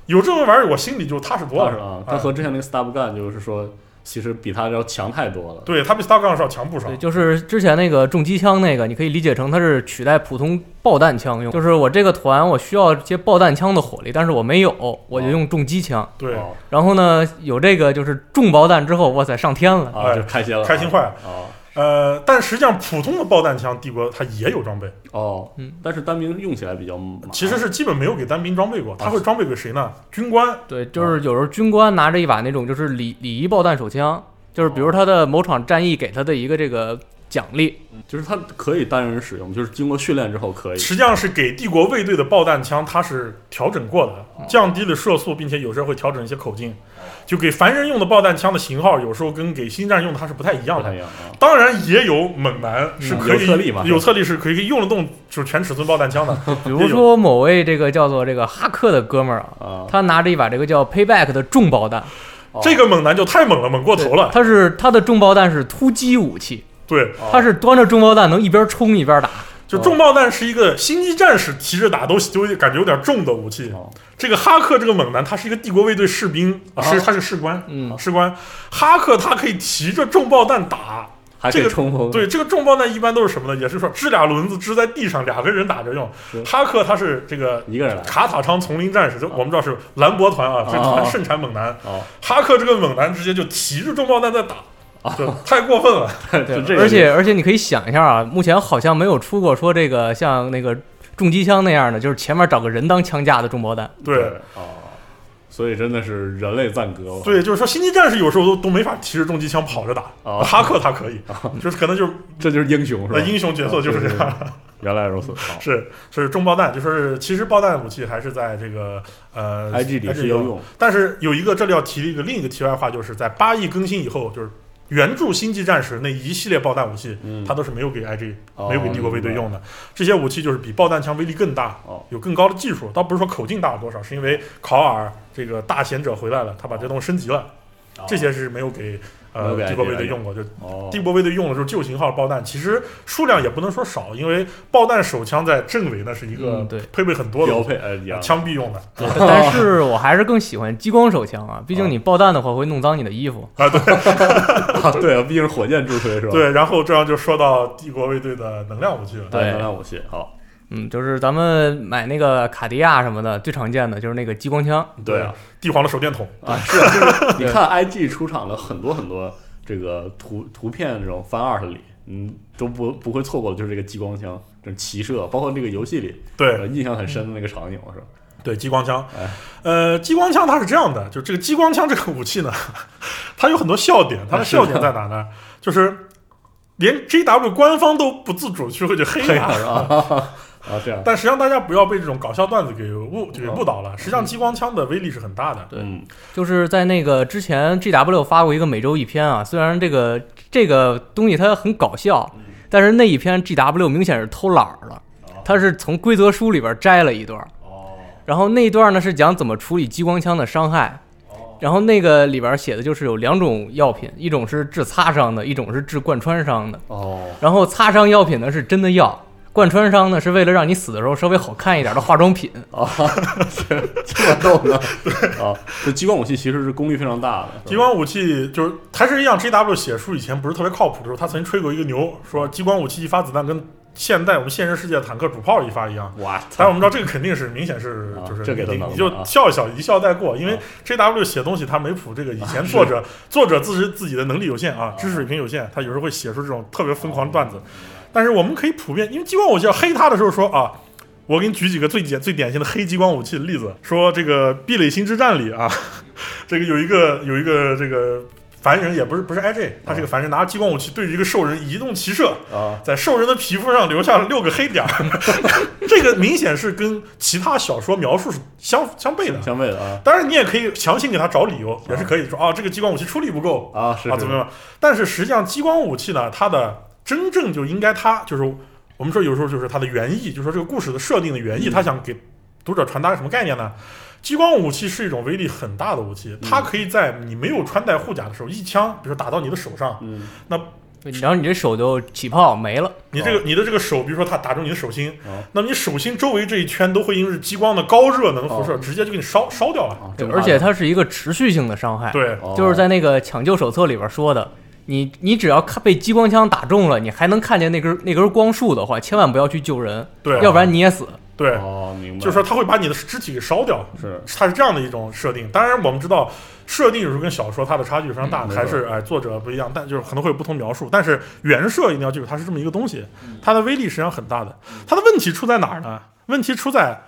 有这个玩意儿，我哎心里就踏实多倒是了。啊，它和之前那个 Stab Gun 就是说，其实比它要强太多了。对，它比 Star Gun 是要强不少对，。就是之前那个重机枪那个，你可以理解成它是取代普通爆弹枪用，就是我这个团我需要一些爆弹枪的火力，但是我没有，我就用重机枪。对，哦然后呢，有这个就是重爆弹之后，哇塞，上天了。啊，哎就开心了啊，开心坏了。啊呃，但实际上普通的爆弹枪，帝国它也有装备，哦嗯，但是单兵用起来比较麻烦其实是基本没有给单兵装备过，它会装备给谁呢？军官。对，就是有时候军官拿着一把那种就是礼礼仪爆弹手枪，就是比如他的某场战役给他的一个这个奖励，就是它可以单人使用，就是经过训练之后可以实际上是给帝国卫队的爆弹枪，它是调整过嗯的，降低了射速，并且有时候会调整一些口径，就给凡人用的爆弹枪的型号，有时候跟给星战用的它是不太一样不太的一。样啊。当然也有猛男是可以、有特例嘛有特例是可以用得动，就是全尺寸爆弹枪的。比如说某位这个叫做这个哈克的哥们儿啊，啊，他拿着一把这个叫 Payback 的重爆弹， 哦这个猛男就太猛了，猛过头了。他是他的重爆弹是突击武器，对，哦他是端着中包弹能一边冲一边打，就重爆弹是一个星际战士提着打都都感觉有点重的武器。哦这个哈克这个猛男，他是一个帝国卫队士兵，啊哦是他是士官，嗯，士官。哈克他可以提着重爆弹打。还可以这个冲锋，对，这个重炮弹一般都是什么呢？也是说支俩轮子支在地上，两个人打着用是。哈克他是这个一个人来卡塔昌丛林战士，就我们知道是兰博团啊，这啊啊团啊盛产猛男。哦，哈克这个猛男直接就提着重炮弹在打，啊就太过 分了。就这个而且而且你可以想一下啊，目前好像没有出过说这个像那个重机枪那样的，就是前面找个人当枪架的中包弹，对哦，所以真的是人类赞歌，对，就是说星际战士有时候都都没法提着重机枪跑着打，啊 哈克他可以， 就是可能就是这就是英雄是吧？呃英雄角色就是这样。啊。对对对原来如此，哦好是是重爆弹，就是其实爆弹武器还是在这个呃 IG 里是要用，但是有一个这里要提的一个另一个题外话，就是在八亿更新以后，就是原著《星际战士》那一系列爆弹武器，嗯它都是没有给 IG、哦没有给帝国卫队用的。这些武器就是比爆弹枪威力更大，哦有更高的技术。倒不是说口径大了多少，是因为考尔这个大贤者回来了，他把这东西升级了。这些是没有给哦没有呃给 IG 帝国卫队用过，就哦，帝国卫队用的就是旧型号爆弹，其实数量也不能说少，因为爆弹手枪在政委那是一个嗯对配备很多的标武器配，啊哎，一样枪毙用的。 但是我还是更喜欢激光手枪啊，毕竟你爆弹的话会弄脏你的衣服，啊， 对啊，毕竟是火箭助推是吧？，对，然后这样就说到帝国卫队的能量武器了。对能量武器，好，嗯，就是咱们买那个卡地亚什么的，最常见的就是那个激光枪，对啊，帝皇的手电筒， 啊，是啊，就是你看 IG 出场了很多很多这个图图片这种翻 art 里，嗯，都不不会错过的就是这个激光枪，这种骑射，包括这个游戏里，呃对印象很深的那个场景是吧？对，激光枪哎。呃，激光 啊枪它是这样的，就这个激光枪这个武器呢，它有很多笑点，它的笑点在哪呢？就是连 GW 官方都不自主去会去黑黑它了。是吧？啊，这样，但实际上，大家不要被这种搞笑段子给误给嗯误导了。实际上，激光枪的威力是很大的。对嗯，就是在那个之前 GW 发过一个每周一篇啊，虽然这个这个东西它很搞笑，但是那一篇 GW 明显是偷懒儿了，它是从规则书里边摘了一段哦儿，然后那一段呢是讲怎么处理激光枪的伤害，然后那个里边写的就是有两种药品，一种是治擦伤的，一种是治贯穿伤的，哦，然后擦伤药品呢是真的药。贯穿伤呢，是为了让你死的时候稍微好看一点的化妆品。啊，这这么逗呢？ 啊，这激光武器其实是功率非常大的，是吧激光武器就是还是一样，GW 写书以前不是特别靠谱的时候，他曾经吹过一个牛，说激光武器一发子弹跟现代我们现实世界的坦克主炮一发一样。哇， 但是我们知道这个肯定是明显是啊就是这给他你弄你了就啊笑一笑一笑带过，因为啊 JW 写东西他没谱，这个以前作者作者自知自己的能力有限啊，知识水平有限，他有时候会写出这种特别疯狂的段啊子。但是我们可以普遍，因为激光武器要黑他的时候说啊。我给你举几个最简最典型的黑激光武器的例子，说这个《壁垒新之战》里啊，这个有一个有一个这个凡人，也不是不是 IJ，他是个凡人，拿着激光武器对着一个兽人移动骑射，啊，在兽人的皮肤上留下了六个黑点儿， 这个明显是跟其他小说描述是相相悖的。相悖的啊当然，你也可以强行给他找理由，也是可以说啊，这个激光武器出力不够啊，是啊，怎么？样？但是实际上，激光武器呢，它的真正就应该它就是我们说有时候就是它的原意，就是说这个故事的设定的原嗯意，它想给读者传达个什么概念呢？激光武器是一种威力很大的武器，它可以在你没有穿戴护甲的时候，一枪，比如说打到你的手上，嗯对然后你这手就起泡没了。你啊这个你的这个手，比如说它打中你的手心哦，那么你手心周围这一圈都会因为激光的高热能辐射，哦直接就给你烧烧掉了。啊，对这，么大而且的它是一个持续性的伤害，，对，哦就是在那个抢救手册里边说的，你你只要看被激光枪打中了，你还能看见那根那根光束的话，千万不要去救人，对要不然你也死。对，哦，明白，就是说它会把你的肢体给烧掉，是它是这样的一种设定。当然，我们知道设定有时候跟小说它的差距非常大，嗯没错还是哎作者不一样，但就是可能会有不同描述。但是原设一定要记住，它是这么一个东西，嗯它的威力实际上很大的。它的问题出在哪儿呢？问题出在。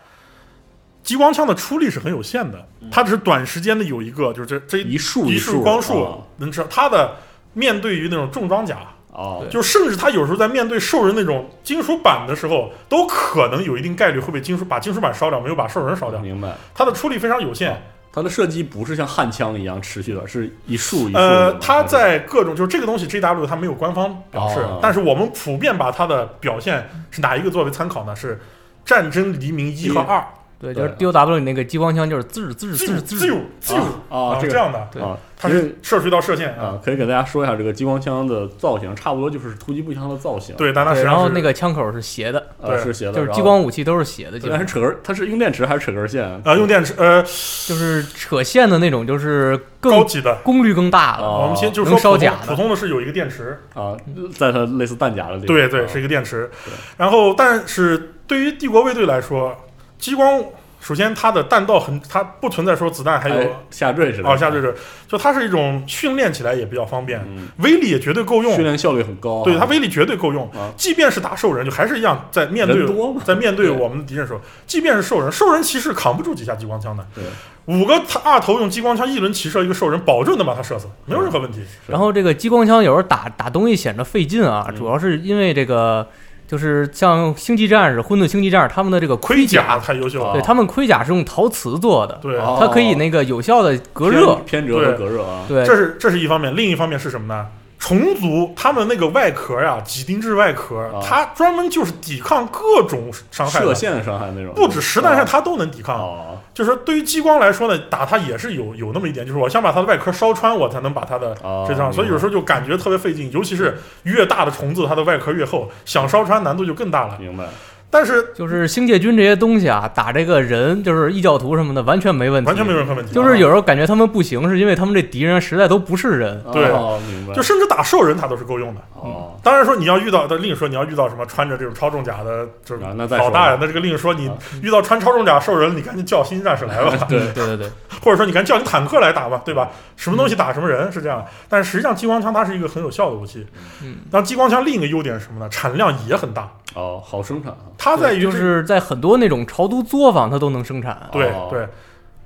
激光枪的出力是很有限的，嗯它只是短时间的有一个，就是这这一啊束一束束光束束能知道它的面对于那种重装甲，哦，对就甚至它有时候在面对兽人那种金属板的时候，都可能有一定概率会被金属把金属板烧掉，没有把兽人烧掉。明白。它的出力非常有限，它的射击不是像焊枪一样持续的，是一束一束的呃吗。，它在各种就是这个东西 JW 它没有官方表示哦，但是我们普遍把它的表现是哪一个作为参考呢？是《战争黎明》一和二，对，对就是 DOW 你那个激光枪就是滋滋滋自由滋，自由啊啊，这这个样的，对啊，它其实是射出一道射线啊，啊，可以给大家说一下这个激光枪的造型，差不多就是突击步枪的造型。，对，但它实对，际然上后是那个枪口是斜的，呃，对是斜的，就是然后激，光武器都是斜的，基对本但上是扯根，它是用电池还是扯根线？呃用电池呃就是扯线的那种，就是高更级的，功率更大了。哦我们先就是能说烧普甲通的普通的是有一个电池，啊，在它类似弹夹的地方。对对，啊是一个电池。然后，但是对于帝国卫队来说，激光首先它的弹道很，它不存在说子弹还有哎下坠似的。啊哦下坠，是，就它是一种训练起来也比较方便，嗯，威力也绝对够训用。练效率很高啊。对它威力绝对够用啊，即便是打兽人，就还是一样，在面对人多嘛在面对对我们的敌人的时候，即便是兽人，兽人骑士扛不住几下激光枪的对。五个他二头用激光枪一轮骑射一个兽人，保证能把他射死，没有任何问题。然后这个激光枪有时候打打东西显得费劲啊，嗯主要是因为这个就是像星际战士、混沌星际战士他们的这个盔甲，太优秀啊了，对他们盔甲是用陶瓷做的，哦对哦它可以那个有效的隔热，偏偏折和对隔热啊。对这是这是一方面，另一方面是什么呢？虫族他们那个外壳呀、几丁质外壳，啊它专门就是抵抗各种伤害射的，线啊伤害那种，不止实弹上它都能抵抗。哦就是说对于激光来说呢，打它也是有有那么一点，就是我想把它的外壳烧穿，我才能把它的哦这张，所以有时候就感觉特别费劲，尤其是越大的虫子，它的外壳越厚，想烧穿难度就更大了。啊明白，但是就是星界军这些东西啊，打这个人就是异教徒什么的完全没问题，完全没有。任何问题，就是有时候感觉他们不行，是因为他们这敌人实在都不是 人，对哦明白，啊就甚至打兽人它都是够用的。哦，当然说你要遇到，但另说你要遇到什么穿着这种超重甲的，就是啊那再老嗯大说呀，那这个另说你啊遇到穿超重甲兽人，你赶紧叫新战士来吧，对对 对对，或者说你赶紧叫你坦克来打吧，对吧？什么东西打什么人是这样，但是实际上激光枪它是一个很有效的武器。嗯，但激光枪另一个优点是什么呢？产量也很大，哦，好生产啊，哎它在于就这是在很多那种朝都作坊它都能生产，对哦对，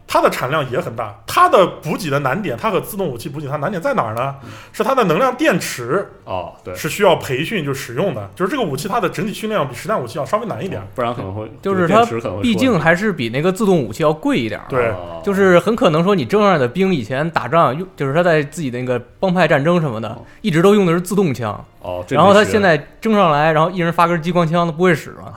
它的产量也很大。它的补给的难点，它和自动武器补给它难点在哪儿呢？是它的能量电池哦，对，是需要培训就使用的，就是这个武器它的整体训练要比实战武器要稍微难一点。不然可能会就是电它池可能会毕竟出问题还是比那个自动武器要贵一点儿。对哦就是很可能说你正儿的兵以前打仗用，就是他在自己的那个帮派战争什么的哦，一直都用的是自动枪，哦，这然后他电池现在争上来，然后一人发根激光枪，他不会使了，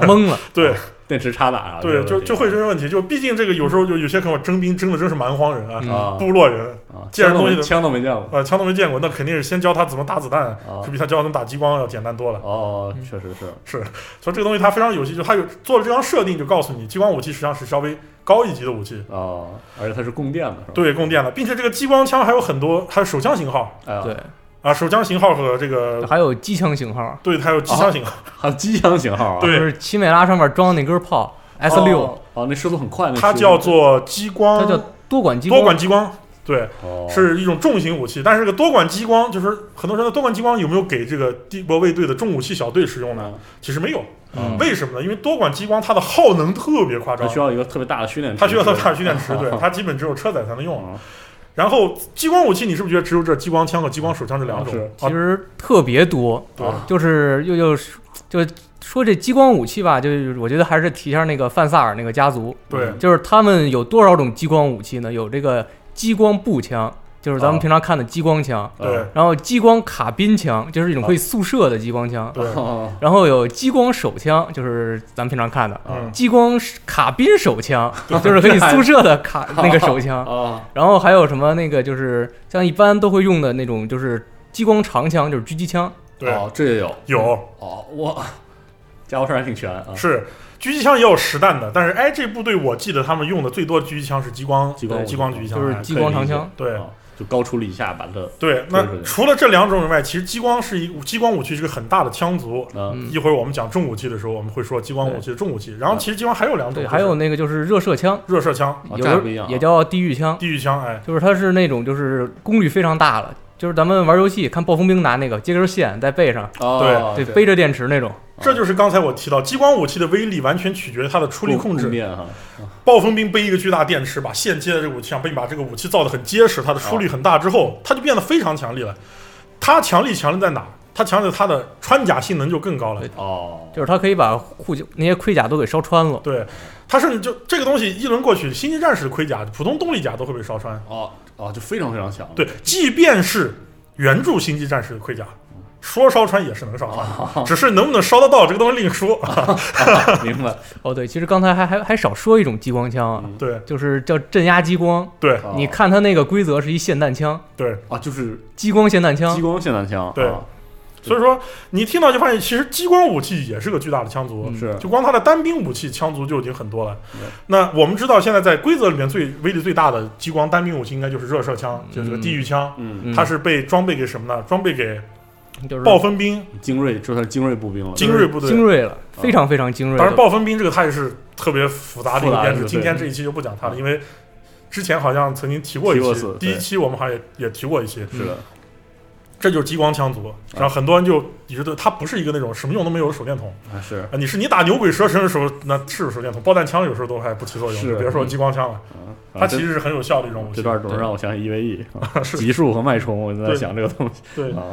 懵了。对电池插哪儿啊？这对，个问就题就会这些问题。就毕竟这个有时候就有些可能征兵征的真是蛮荒人啊，嗯啊部落人，啊，见枪都东西没的枪都没见过呃，枪都没见过，那肯定是先教他怎么打子弹，啊就比他教他怎么打激光要简单多了。哦，确实是所以这个东西它非常有趣，就它有做了这张设定，就告诉你激光武器实际上是稍微高一级的武器，哦，而且它是供电的，是吧？对，供电的，并且这个激光枪还有很多，还有手枪型号哎呀，对，啊，手枪型号和这个嗯还有机枪型号，对，还有机枪型号，还有机枪型号啊，对就是奇美拉上面装那根炮 S 六，哦，哦，那射速很快，那它是叫做激它光，叫多管激多光，管激光，对，哦是一种重型武器。但是这个多管激光，就是很多人的多管激光有没有给这个帝国卫队的重武器小队使用呢？嗯其实没有，嗯为什么呢？因为多管激光它的耗能特别夸它张需。要一个特别大的训练池，啊它需要它大蓄训电池，对，它基本只有车载才能用。然后激光武器，你是不是觉得只有这激光枪和激光手枪这两种？是啊其实特别多，对啊就是又又就说这激光武器吧，就是我觉得还是提一下那个范萨尔那个家族，对就是他们有多少种激光武器呢？有这个激光步枪，就是咱们啊平常看的激光枪，哎对然后激光卡宾枪，就是一种可以啊速射的激光枪，对，哦然后有激光手枪，就是咱们平常看的。嗯，激光卡宾 手枪就是可以速射的卡那个手枪，哦然后还有什么那个就是像一般都会用的那种就是激光长枪，就是狙击枪，对，哦，这也有有哦，我家伙事儿还挺全啊，是狙击枪也有实弹的，但是哎，这部队我记得他们用的最多的狙击枪是激光激光激光狙击枪，就是哎激光长枪。对啊就高处立下把它，对。对对那对除了这两种以外，其实激光是一激光武器是个很大的枪族。嗯，嗯一会儿我们讲重武器的时候，我们会说激光武器的重武器。然后其实激光还有两种，对，就是还有那个就是热射枪，热射枪、啊有这还的不一样啊也叫地狱枪，地狱枪，哎，就是它是那种就是功率非常大的，就是咱们玩游戏看暴风兵拿那个接根线在背上，哦对，背着电池那种。这就是刚才我提到激光武器的威力完全取决于它的出力控制供。电哈，暴风兵背一个巨大电池，把线接在这个武器上，并把这个武器造得很结实，它的出力很大之嗯后，它就变得非常强力了。它强力强力在哪？它强力在它的穿甲性能就更高了对。哦，就是它可以把护甲那些盔甲都给烧穿了。对，它甚至就这个东西一轮过去，星际战士的盔甲、普通动力甲都会被烧穿。哦哦，就非常非常强，对，即便是原著星际战士的盔甲，说烧穿也是能烧啊穿，只是能不能烧得到这个东西另说。啊，明白，哦，对，其实刚才还还还少说一种激光枪啊，嗯对就是叫镇压激光。对哦你看它那个规则是一霰弹枪，对，啊，就是激光霰弹激枪。光霰弹枪，对啊所以说你听到就发现，其实激光武器也是个巨大的枪族。嗯是就光它的单兵武器枪族就已经很多了对。那我们知道，现在在规则里面最威力最大的激光单兵武器应该就是热射枪，就是个地狱枪。嗯，嗯它是被装备给什么呢？装备给就是暴风兵。精锐，这算精锐步兵了，精锐部队精锐啊了，非常非常精锐当然，了。暴风兵这个它也是特别复杂的一复个杂编是制。对今天这一期就不讲它了，因为之前好像曾经提过一提过期次，第一对期我们好像也也提过一期。嗯是的，这就是激光枪族。然后很多人就一直对它不是一个那种什么用都没有的手电筒。啊是啊，你是你打牛鬼蛇神的时候，那是手电筒，爆弹枪有时候都还不起作用，是就别说激光枪了，啊，它其实是很有效的一种武这器。段总是让我想起 EVE 啊是级数和脉冲，我就在对想这个东西对，啊，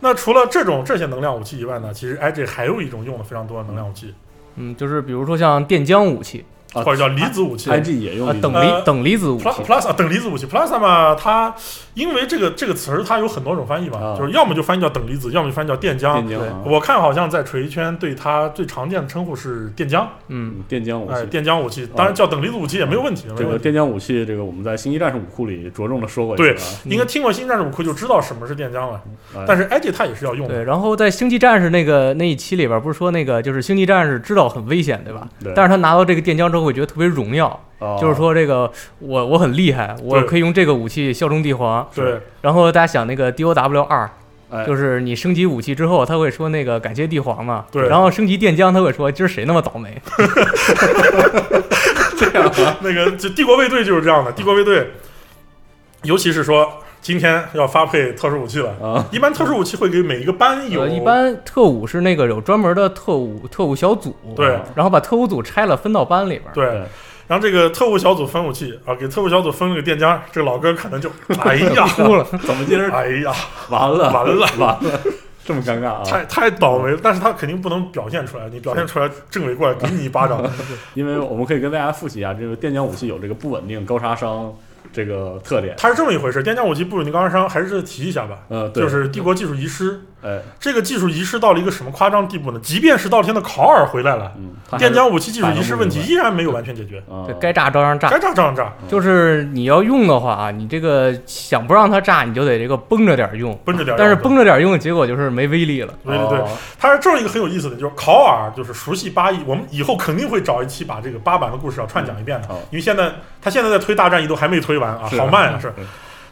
那除了这种这些能量武器以外呢，其实 IG 还有一种用的非常多的能量武器，嗯，就是比如说像电浆武器啊或者叫离子武器。 ，IG 也用啊，离子等呃离等离子武器 plus plus 啊，等离子武器 plus 嘛，它因为这个这个词儿它有很多种翻译嘛，啊就是要么就翻译叫等离子，要么就翻译叫电浆。电浆啊，我看好像在锤圈对它最常见的称呼是电浆，嗯，电浆武哎，器。啊电浆武器，当然叫等离子武器也没有问题。没这有个问题电浆武器，这个我们在《星际战士》武库里着重的说过一对次啊，应该听过《星战士》武库就知道什么是电浆了，哎但是 IG 它也是要用的。对。然后在星际战士那个那一期里边，不是说那个就是星际战士知道很危险，对吧？对但是他拿到这个电浆之后，会觉得特别荣耀，哦啊就是说这个我我很厉害，我可以用这个武器效忠帝皇。对然后大家想那个 D O W 二哎，就是你升级武器之后，他会说那个感谢帝皇嘛。对然后升级电浆，他会说今儿谁那么倒 霉？ 那个就帝国卫队就是这样的，帝国卫队，尤其是说今天要发配特殊武器了，啊，一般特殊武器会给每一个班有呃，一般特务是那个有专门的特务特务小组，对然后把特务组拆了分到班里边。对对。然后这个特务小组分武器啊，给特务小组分了个电浆，这老哥可能就哎呀，哭了，怎么啊今儿哎呀，完了完了完了，这么尴尬啊！太太倒霉了。但是他肯定不能表现出来，你表现出来，政委过来给你一巴掌，因为我们可以跟大家复习啊，这个电浆武器有这个不稳定、高杀伤这个特点。他是这么一回事。电浆武器不稳定高杀伤，还是提一下吧。呃，对，就是帝国技术遗失，哎，这个技术遗失到了一个什么夸张地步呢？即便是道天的考尔回来了，嗯，它还电是浆武器技术遗失问题依然没有完全解决，啊对，该炸照样炸。该炸照样炸，就是你要用的话啊，你这个想不让它炸，你就得这个绷着点用。绷着点儿。但是绷着点用，结果就是没威力了。对对对，哦它是这儿一个很有意思的，就是考尔就是熟悉八亿，我们以后肯定会找一期把这个八版的故事要串讲一遍的嗯好，因为现在他现在在推大战一都还没推完啊，是好慢啊是嗯。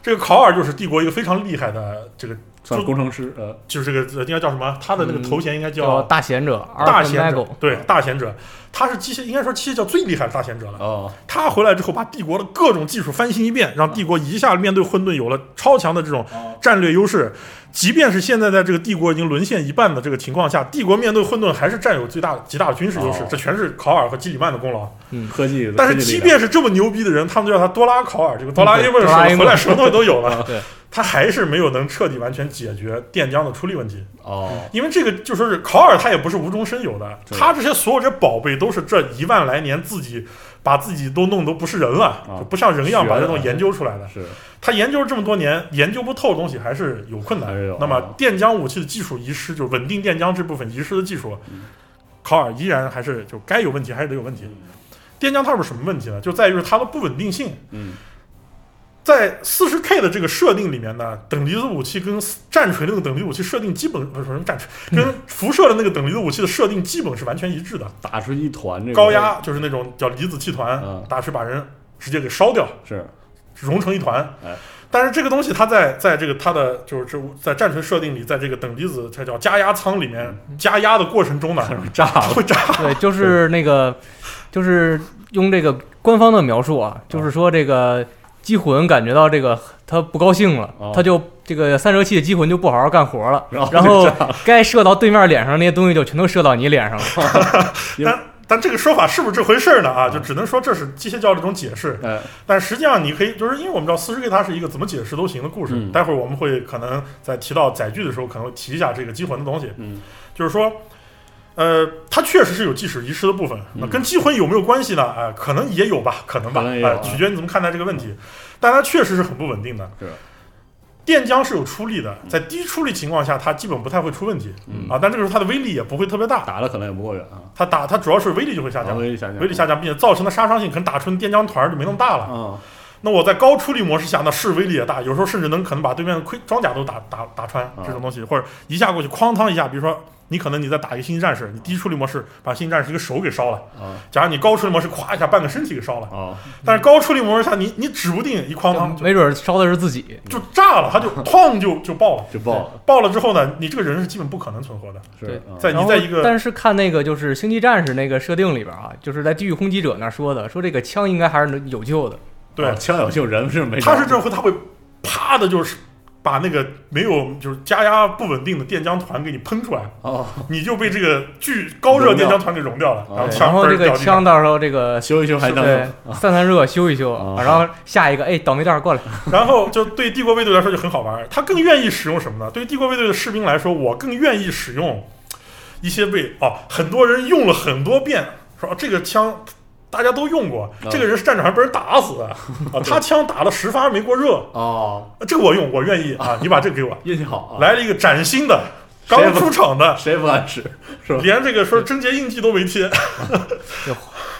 这个考尔就是帝国一个非常厉害的这个，算是工程师，呃，就是这个呃应该叫什么？他的那个嗯头衔应该叫叫大贤者，大贤 Arthur 者 Nagel，对大贤者，他是机械应该说机械叫最厉害的大贤者了。哦，他回来之后，把帝国的各种技术翻新一遍，让帝国一下面对混沌有了超强的这种哦战略优势。即便是现在在这个帝国已经沦陷一半的这个情况下，帝国面对混沌还是占有最大极大的军事优势哦，这全是考尔和基里曼的功劳。科技，但是科技力即量便是这么牛逼的人，他们就叫他多拉考尔，这个多拉嗯对 A 本多拉 A 手梦，回来什么东西都有了 对他还是没有能彻底完全解决电浆的出力问题。哦，因为这个就说是考尔，他也不是无中生有的，对他这些所有这宝贝都是这一万来年自己把自己都弄得不是人了，啊就不像人一样学的把这东西研究出来的。是他研究了这么多年，研究不透的东西还是有困难还是有。那么啊电浆武器的技术遗失，就是稳定电浆这部分遗失的技术，嗯考尔依然还是就该有问题还是得有问题。电浆它有什么问题呢？就在于是它的不稳定性。嗯，在四十 K 的这个设定里面呢，等离子武器跟战锤那个等离子武器设定基本不是不是 战锤，跟辐射的那个等离子武器的设定基本是完全一致的。打出一团这个高压就是那种叫离子气团嗯，打去把人直接给烧掉，是融成一团哎。但是这个东西，它在在这个它的就是这在战锤设定里，在这个等离子它叫加压舱里面嗯加压的过程中呢，炸它了，会炸对，就是那个，就是用这个官方的描述啊，就是说这个机魂感觉到这个他不高兴了哦，他就这个散射器的机魂就不好好干活了，然后 然后哦就炸了该射到对面脸上那些东西就全都射到你脸上了。但这个说法是不是这回事儿呢？嗯啊，就只能说这是机械教的一种解释。哎但实际上，你可以就是因为我们知道四十 K 它是一个怎么解释都行的故事。嗯待会儿我们会可能在提到载具的时候，可能会提一下这个机魂的东西。嗯，就是说，呃，它确实是有即使遗失的部分。那跟机魂有没有关系呢？啊、可能也有吧，可能吧，嗯可能也哎、有啊取决于你怎么看待这个问题。但它确实是很不稳定的。是。电浆是有出力的，在低出力情况下，它基本不太会出问题、嗯啊。但这个时候它的威力也不会特别大，打的可能也不够远啊，它打它主要是威力就会下然降后。威力下降，威力下降，并且造成的杀伤性可能打穿电浆团儿就没那么大了。啊，那我在高出力模式下，那是威力也大，有时候甚至能可能把对面的盔装甲都打打打穿这种东西，或者一下过去哐当一下，比如说你可能你在打一个星际战士，你低出力模式把星际战士一个手给烧了，啊假如你高出力模式咵一下半个身体给烧了，啊，但是高出力模式下你你指不定一哐当哦嗯就没准烧的是自己，就炸了，它就哐就就爆了，就爆了，爆了之后呢，你这个人是基本不可能存活的，是啊在然你后在一个但是看那个就是《星际战士》那个设定里边啊，就是在地狱轰击者那儿说的，说这个枪应该还是能有救的。对哦枪有就人是没，他是这回他会啪的，就是把那个没有就是加压不稳定的电浆团给你喷出来，哦，你就被这个巨高热电浆团给融掉了，融掉然后对然后这枪嘣儿个掉地枪上。到时候这个修一修还当对散散热修一修，啊哦啊然后下一个哎倒霉蛋儿过来， 然后就对帝国卫队来说就很好玩儿，他更愿意使用什么呢？对于帝国卫队的士兵来说，我更愿意使用一些被哦，很多人用了很多遍，说、啊这个枪。大家都用过，啊这个人是战场上被人打死的 啊！他枪打了十发没过热，哦，这个我用，我愿意啊！你把这个给我，运气好啊，来了一个崭新的，谁刚不出厂的，谁不敢使是吧？连这个说贞洁印记都 没贴，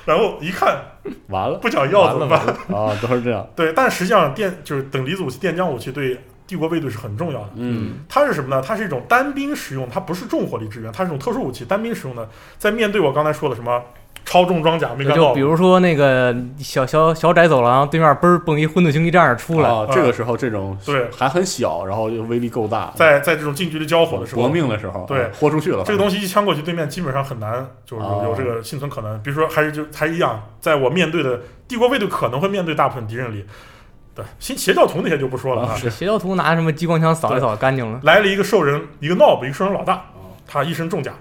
然后一看完 了不想要怎么办？啊，都是这样，对，但实际上电就是等离子武器、电浆武器对帝国卫队是很重要的。嗯，它是什么呢？它是一种单兵使用，它不是重火力支援，它是一种特殊武器，单兵使用的。在面对我刚才说的什么超重装甲、没干就到比，如说那个小小小窄走廊对面嘣儿蹦一混沌星际战士出来，哦啊，这个时候这种嗯对还很小，然后又威力够大，嗯在在这种近距离交火的时搏候，命的时候，对啊豁出去了，这个东西一枪过去，对面基本上很难就是有哦有这个幸存可能。比如说还是就还是一样，在我面对的帝国卫队可能会面对大部分敌人里，对新邪教徒那些就不说了啊，哦是邪教徒拿什么激光枪扫一扫干净了。来了一个兽人，一个 NOB，一个兽人老大，他一身重甲，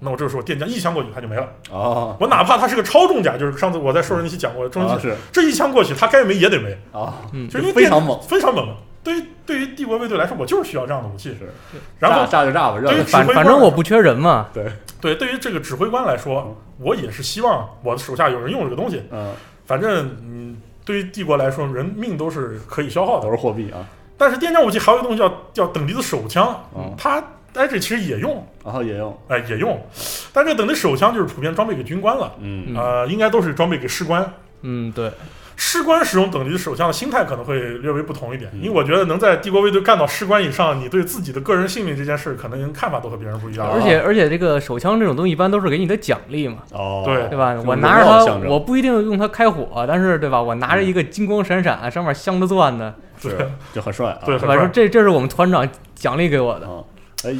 那我这个时候电浆一枪过去，它就没了。哦，我哪怕它是个超重甲，就是上次我在兽人那期讲过，重啊人期、是这一枪过去，它该没也得没，啊，嗯就因为非电常猛，非常猛。对于对于帝国卫队来说，我就是需要这样的武器。是然后炸炸就炸吧，让对人指反挥反官正我不缺人嘛，对，对于这个指挥官来说，我也是希望我的手下有人用这个东西。嗯，反正，嗯，对于帝国来说，人命都是可以消耗都的。是货币啊，但是电浆武器还有一个东西叫叫等离子手枪，嗯它哎这其实也用，然后也用，哎也用，但这个等离手枪就是普遍装备给军官了，嗯嗯呃，应该都是装备给士官。嗯，对，士官使用等离子手枪的心态可能会略微不同一点，嗯因为我觉得能在帝国卫队干到士官以上，你对自己的个人性命这件事，可能看法都和别人不一样。啊而且而且这个手枪这种东西一般都是给你的奖励嘛，哦，对对吧这？种我荣拿着耀它象，征嗯我不一定用它开火，但是对吧？我拿着一个金光闪闪，上面镶着钻的，是就很帅啊，对，对很吧？说帅这这是我们团长奖励给我的，啊，哎，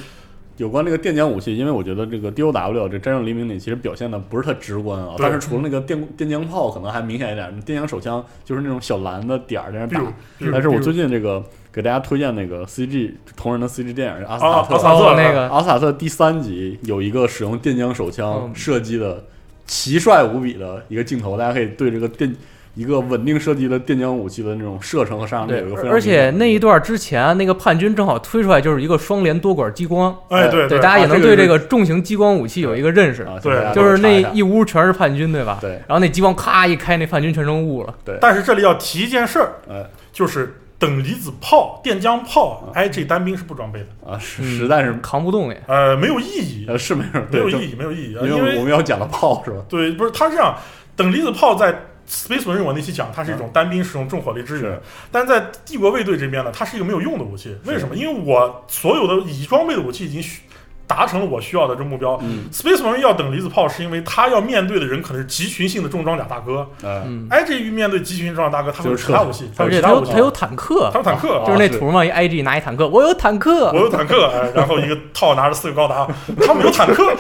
有关这个电浆武器，因为我觉得这个 DOW 这《战争黎明》里其实表现的不是特直观啊，对但是除了那个电电浆炮可能还明显一点，电浆手枪就是那种小蓝的点儿在啊那比如打。，比如但是比我如最近这个给大家推荐那个 CG 同人的 CG 电影《阿斯啊塔阿特斯》塔包特括那个阿斯塔特第三集有一个使用电浆手枪嗯射击的奇帅无比的一个镜头，大家可以对这个电一个稳定射击的电浆武器的那种射程和杀伤力对有一个非，常而且明显的那一段之前，那个叛军正好推出来就是一个双联多管激光，哎对大家也啊能这个是对这个重型激光武器有一个认识，啊，对请大家就都是查那一下一屋全是叛军，对吧？对，然后那激光咔一开，那叛军全成雾了。但是这里要提一件事儿，呃就是等离子炮、电浆炮，IG 单兵是不装备的，啊，实嗯实在是扛不动也，呃，没有意义，呃，是没有没对，有就意义，没有意义，呃因因为我为们要讲的炮是吧？对，不是它是这样，等离子炮在 Space Marine 我那期讲，它是一种单兵使用重火力支援是，但是在帝国卫队这边呢，它是一个没有用的武器，为什么？因为我所有的已装备的武器已经需达成了我需要的这目标。嗯， Space Marine 要等离子炮，是因为他要面对的人可能是集群性的重装甲大哥。呃，嗯， IG 面对集群性重装甲大哥，他会有就是其他撤武器，他而有其且他他有武器他，有坦克他，有坦克，啊就是那是图嘛，一 IG 拿一坦克，我有坦克，我有坦克，哎，然后一个套拿着四个高达，他们有坦克，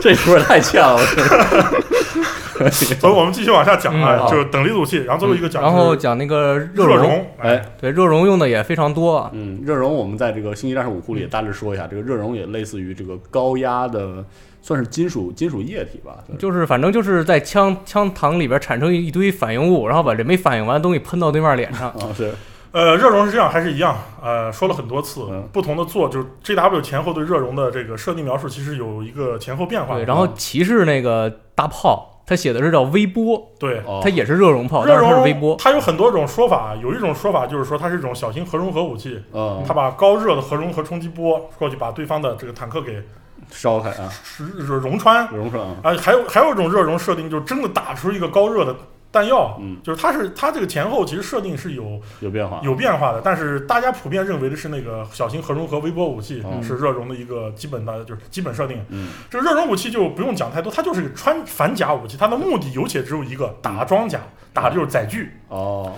这有点太欠了， 所以我们继续往下讲嗯啊，好就是等离子武器，然后最后一个讲，嗯然后讲那个热热熔，熔，哎，对，热熔用的也非常多啊。嗯，热熔我们在这个《星际战士五库》里也大致说一下，这个热熔也类似于这个高压的，算是金属金属液体吧，算是就是反正就是在枪枪膛里边产生一堆反应物，然后把这没反应完的东西喷到对面脸 上。啊是呃，热熔是这样，还是一样，呃，说了很多次嗯，不同的做就是 GW 前后对热熔的这个设定描述其实有一个前后变化对，，然后骑士那个大炮，它写的是叫微波，对。哦它，也是热熔炮，热但是它是微熔波。它有很多种说法，有一种说法就是说它是一种小型核融合武器，嗯，它把高热的核融合冲击波过去把对方的这个坦克给烧开啊，融融穿，熔上啊，啊，还有还有一种热熔设定，就是真的打出一个高热的弹药，嗯，就是它是它这个前后其实设定是有有变化，有变化的，但是大家普遍认为的是那个小型核融合微波武器、嗯是热熔的一个基本的就是基本设定。嗯这个热熔武器就不用讲太多，它就是个穿反甲武器，它的目的有且只有一个，打装甲，嗯打的就是载具。哦，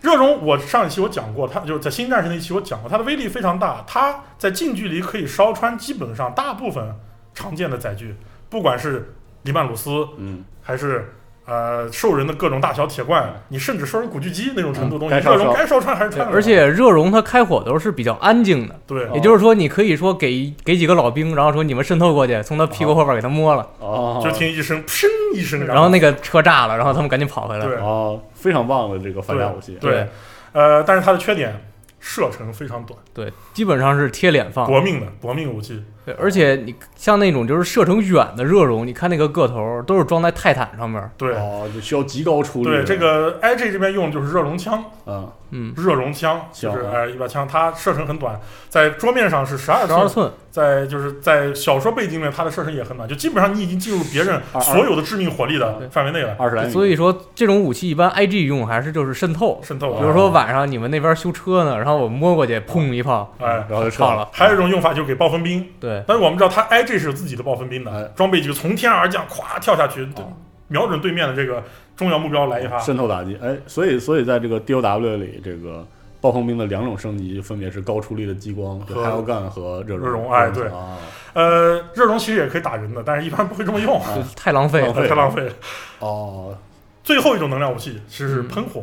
热熔，我上一期我讲过，它就是在《新战士》那一期我讲过，它的威力非常大，它在近距离可以烧穿基本上大部分常见的载具，不管是黎曼鲁斯、嗯，还是呃兽人的各种大小铁罐，你甚至兽人古巨基那种程度东嗯西，该烧各种烧该烧穿还是对，穿得了。而且热熔它开火的时候是比较安静的，对哦也就是说你可以说给给几个老兵，然后说你们渗透过去，从他屁股后边给他摸了，哦，就听一声砰一声，然后那个车炸了，然后他们赶紧跑回来。对哦，非常棒的这个反甲武器，对，呃，但是它的缺点。射程非常短，对，基本上是贴脸放。搏命的搏命武器，对，而且你像那种就是射程远的热熔，你看那个个头都是装在泰坦上面，对哦，就需要极高出力，对，这，个 IG 这边用的就是热熔枪，嗯，嗯，热熔枪就是行哎一把枪，它射程很短，在桌面上是十二十二寸，寸，在就是在小说背景里面它的射程也很短，就基本上你已经进入别啊人二所有的致命火力对的范围内了，二十来米，所以说这种武器一般 IG 用还是就是渗透，渗透比了。如说晚上你们那边修车呢，然后我摸过去，砰一炮，哎，然后就撤爆，了。还有一种用法就是给暴风兵，对，但是我们知道它 IG 是有自己的暴风兵哎的，装备就从天而降，咵跳下去，对哦瞄准对面的这个重要目标来一发。渗透打击。哎，所以所以在这个 DOW 里，这个暴风兵的两种升级分别是高出力的激光和 h e l g u n 和热热熔哎对啊，呃，热熔其实也可以打人的，但是一般不会这么用，啊就太浪费浪了。费太浪费了。哦，最后一种能量武器其实是喷火，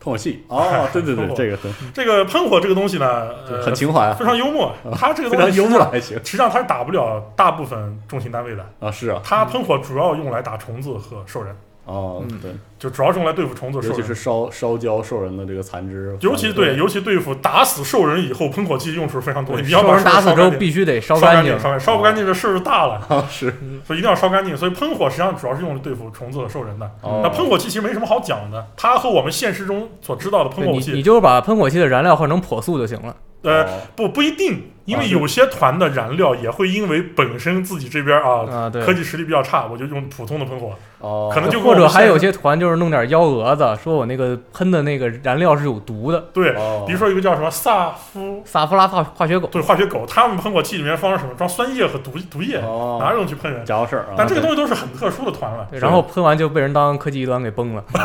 喷火器哦，对对对 喷，火这个很这个喷火这个东西呢，呃、很情怀啊非，常幽默。它这 个非东常西幽实际默上还行实际上它是打不了大部分重型单位的。啊，是啊，它喷火主要用来打虫子和兽人，哦，对，就主要是用来对付虫子、尤兽其是嗯人。烧烧焦兽人的这个残肢，尤其对，尤其对付打死兽人以后，喷火器用处非常多。你要兽把人打死之后必。必须得烧烧干净净，，烧干净烧不干净这事儿就大 了，啊是所以一定要烧干净。所以喷火实际上主要是用来对付虫子和兽人的。哦那喷火器其实没什么好讲的，它和我们现实中所知道的喷对火你你器，就是把喷火器的燃料换成火速就行了。呃，哦不不一定，因啊为是有些团的燃料也会因为本身自己这边啊啊，对科技实力比较差，我就用普通的喷火，哦，可能就跟或我者们还现有实些团就是弄点幺蛾子，说我那个喷的那个燃料是有毒的，对哦，比如说一个叫什么萨夫。撒夫拉化化学狗。对化学狗，他们喷火器里面放上什么？装酸液和毒毒液，哦拿这种去喷人。家伙事儿啊，但这个对东西都是很特殊的团了，对然后喷完就被人当科技一端给崩了。啊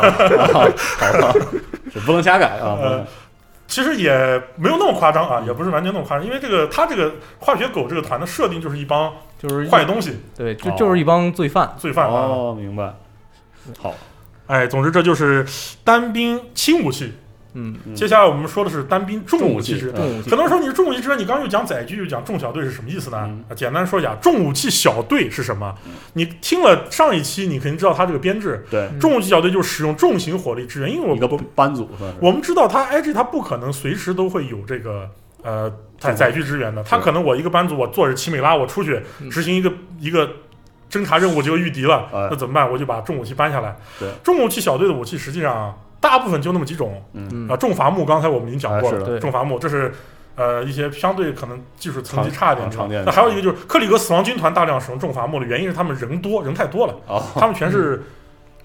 好 吧，是不能瞎改啊，不能呃其实也没有那么夸张啊，也不是完全那么夸张，因为这个他这个化学狗这个团的设定就是一帮就是一坏东西、对，就哦就是一帮罪犯。罪犯啊。哦，明白，好，哎，总之这就是单兵轻武器。嗯，嗯接下来我们说的是单兵重武器之重武器啊重武器可能说你是重武器之，你刚又讲载具又讲重小队是什么意思呢？嗯啊简单说一下，重武器小队是什么？你听了上一期，你肯定知道它这个编制。对，重武器小队就是使用重型火力支援，因为我一个我班组算是，我们知道它 IG 它不可能随时都会有这个呃载载具支援的，它可能我一个班组我坐着奇美拉我出去嗯执行一个、一个侦察任务结果遇敌了，哎那怎么办？我就把重武器搬下来。对重武器小队的武器实际上大部分就那么几种，嗯啊，重伐木刚才我们已经讲过哎是了，的对重伐木这是。呃，一些相对可能技术层级差一点常常见的，的那还有一个就是克里格死亡军团大量使用重伐木的原因是他们人多，人太多了，哦他们全是嗯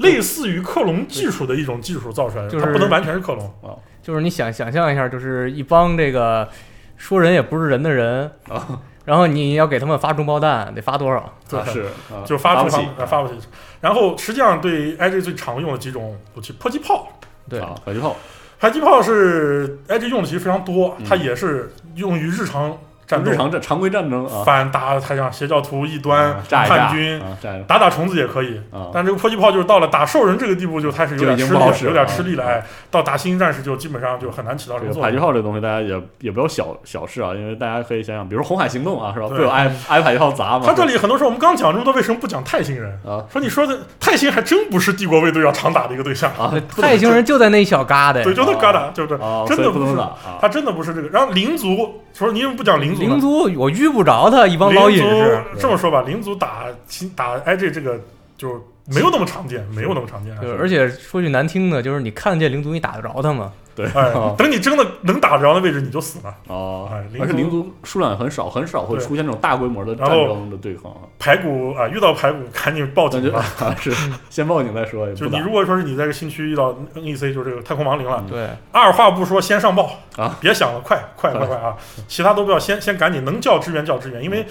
类似于克隆技术的一种技术造出来的，就是它不能完全是克隆。就是你想想象一下，就是一帮这个说人也不是人的人，哦啊然后你要给他们发中包弹，得发多少？对啊是啊就是发不出起呃发不起。然后实际上对 IG 最常用的几种武器，迫击炮，对，啊，火之后迫击炮是 IG 用的其实非常多嗯，它也是用于日常战斗日，常战常规战争啊，反打太阳邪教徒、异端啊、炸一炸叛军，啊，炸一炸打打虫子也可以。啊，但这个迫击炮就是到了打兽人这个地步，就开始有就已点经吃不力好了，使了有点吃力了。啊哎，到打新战士就基本上就很难起到什这么个作迫击用。炮这东西，大家也也不要小小视啊，因为大家可以想想，比如《红海行动》啊，是吧？对不有挨挨迫击炮砸吗？他这里很多时候我们刚讲这么多，为什么不讲泰星人？啊说你说的泰星还真不是帝国卫队要常打的一个对象，啊太行人就在那一小旮对，瘩，就那啊旮瘩，对不对？啊，真所的以不能是打啊他真的不是这个。然后灵族，说你怎么不讲灵族呢？灵族我遇不着他，一帮老隐灵士。族这啊么说吧，灵族打秦打 IG 这个就没有那么常见，没有那么常见。对，而且说句难听的，就是你看得见灵族，你打得着他吗？哎啊，等你真的能打着的位置，你就死了。哦哎灵，族而且灵族数量也很少，很少会对出现这种大规模的战然后争的对抗啊。排骨啊，遇到排骨 赶紧报那警就 吧。啊是嗯先报警再说，也嗯 不就是你打如果说是你在这个新区遇到 NEC，就是这个太空亡灵了，对，二话不说先上报啊，别想了，快快快快啊！其他都不要，先先赶紧能叫支援叫支援，因为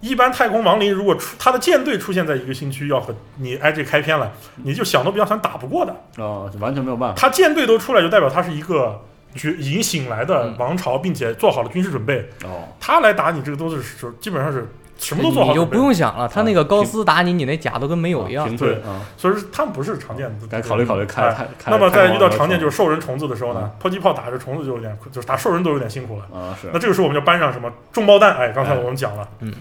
一般太空亡灵如果出他的舰队出现在一个新区，要和你 IG 开篇了，你就想都不要想打不过的。啊，完全没有办法。他舰队都出来，就代表他是一个觉已经醒来嗯的王朝，并且做好了军事准备。哦，他来打你，这个都是是基本上是什么都做好你就准备啊不用想了，他那个高斯打你，你那甲都跟没有啊一样平。退啊，所以说他们不是常见的。该考虑考虑开嗯哎开开。那么在开遇到常见就是是兽人、虫子的时候呢，嗯迫击炮打着虫子就有点，就是打兽人都有点辛苦了。啊是那这个时候我们就搬上什么重包弹？哎，刚才我们讲了，嗯。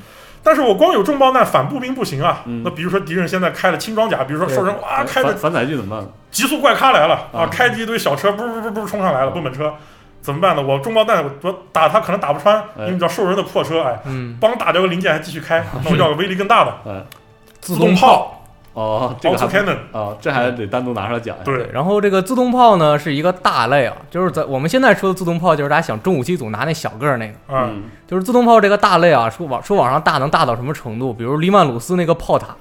但是我光有重包弹反步兵不行啊。嗯那比如说敌人现在开了轻装甲，比如说兽人哇反开着反反载具怎么办？极速怪咖来了啊啊，开着一堆小车，不不不不冲上来了，不满车，怎么办呢？我重包弹我我打他可能打不穿，哎因为你知道兽人的破车，哎，嗯，帮打掉个零件还继 续开，那我要个威力更大的哎自动动。炮哦，这个 （auto 还 cannon）。啊，这还得单独拿出来讲一下。对，然后这个自动炮呢是一个大类啊，就是在我们现在说的自动炮，就是大家想重武器组拿那小个儿那个，啊，嗯就是自动炮这个大类啊，说往说往上大能大到什么程度？比如黎曼鲁斯那个炮塔，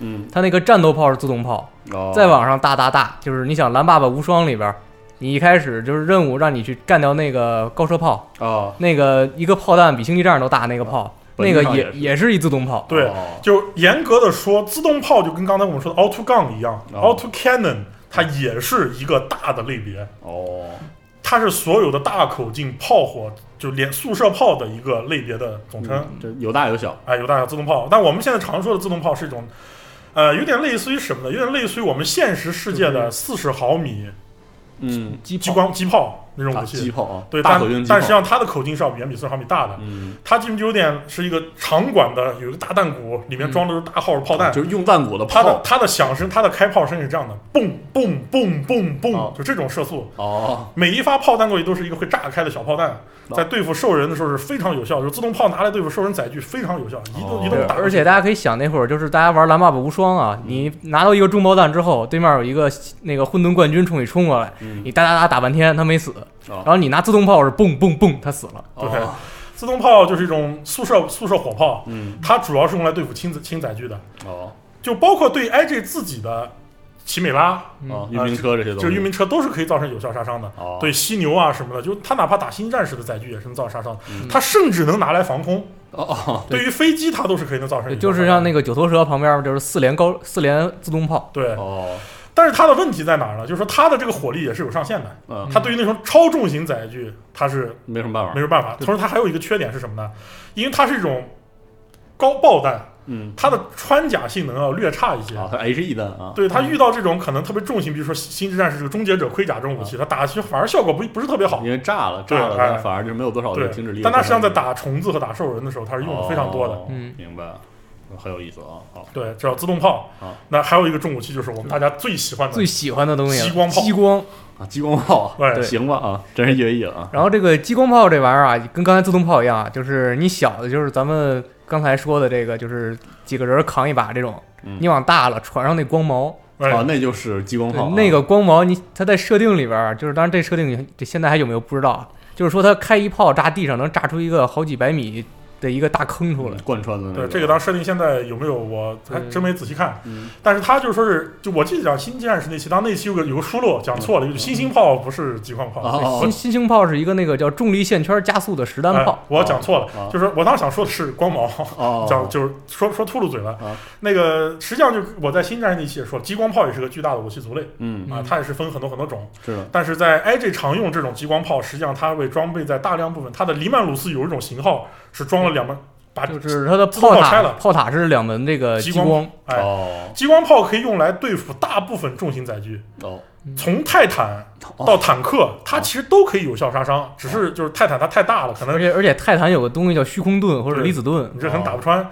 嗯，它那个战斗炮是自动炮，哦再往上大大大，就是你想《蓝爸爸无双》里边，你一开始就是任务让你去干掉那个高射炮，哦，那个一个炮弹比星际战士都大那个炮，本那质上个也也是也是一自动炮，对哦，就严格的说，自动炮就跟刚才我们说的 auto gun 一样哦，auto cannon 它也是一个大的类别，哦，它是所有的大口径炮火，就连速射炮的一个类别的总称。嗯这有大有小，哎，有大小自动炮。但我们现在常说的自动炮是一种，呃，有点类似于什么呢？有点类似于我们现实世界的四十毫米嗯，机激炮光机炮嗯那种啊武机器。炮啊，对，大但口径机炮，但实际上它的口径是要远比斯卡米大的。嗯，它进酒店是一个长管的，有一个大弹鼓，里面装的都是大号炮弹。嗯就是用弹鼓的它的炮它的响声，它的开炮声是这样的，嘣嘣嘣嘣哦嘣，就这种射速。哦，每一发炮弹过去都是一个会炸开的小炮弹，哦在对付兽人的时候是非常有效，就是自动炮拿来对付兽人载具非常有效，一哦顿一对顿打。而且大家可以想那会儿，就是大家玩蓝 buff 无双啊，嗯你拿到一个中包弹之后，对面有一个那个混沌冠军冲你冲过来，嗯，你哒哒哒打半天他没死，哦然后你拿自动炮是蹦蹦蹦他死了。对哦，自动炮就是一种速射速射火炮，嗯，它主要是用来对付轻载轻载具的，哦，就包括对 IG 自己的奇美拉，哦，运兵车这些东就西，嗯是运兵车都是可以造成有效杀伤的。哦，对犀牛啊什么的，就它哪怕打星际战士的载具也是能造成杀伤的嗯，它甚至能拿来防空。哦哦，对于飞机，它都是可以能造成有效杀伤的。就是像那个九头蛇旁边就是四连高四连自动炮，对，哦，但是它的问题在哪儿呢？就是说它的这个火力也是有上限的，嗯，它对于那种超重型载具，它是没什么办法没，有办法。同时，它还有一个缺点是什么呢？因为它是一种高爆弹，嗯，它的穿甲性能要略差一些。啊，它 H E 弹啊，对它遇到这种可能特别重型，比如说《星际战士》这个终结者盔甲这种武啊器，它打下去反而效果不不是特别好因。为炸了，炸了，对哎它反而就没有多少对的停止力，，但它实际上在打虫子和打兽人的时候，它是用的非常多的。哦嗯明白，很有意思啊，好，对，这叫自动炮啊。那还有一个重武器就是我们大家最喜欢的最喜欢的东西了嗯激光炮激光。啊，激光炮，对 行吧啊，真是越野啊，然后这个激光炮这玩意儿啊，跟刚才自动炮一样啊，就是你小的，就是咱们刚才说的这个，就是几个人扛一把这种，嗯你往大了传上那光毛，啊，哎，那就是激光对炮啊，那个光毛你它在设定里边儿，就是当然这设定这现在还有没有不知道啊，就是说它开一炮炸地上能炸出一个好几百米的一个大坑出来，贯穿的那对个，呃这个当时设定现在有没有我还对真没仔细看，嗯但是他就是说是就我记得讲《星际战士》那期，当那期有个有个疏漏讲错了，就是新型炮不是激光炮。啊哦新新型炮是一个那个叫重力线圈加速的实弹哎炮，，我讲错了，啊就是我当时想说的是光毛，哦， 讲就是说说秃噜嘴了。啊那个实际上就我在《新战士》那期也说了，激光炮也是个巨大的武器族类嗯，啊，嗯它也是分很多很多种。是的，但是在 IG 常用这种激光炮，实际上它会装备在大量部分。它的黎曼鲁斯有一种型号是装了两门，把就是它的自动炮炮拆塔了炮塔是两门这个激激光光，哎，哦激光炮可以用来对付大部分重型载具，哦，嗯从泰坦哦到坦克，它其实都可以有效杀伤，只是就是泰坦它太大了，可而能且而且泰坦有个东西叫虚空盾或者对离子盾，你这可能打不哦穿。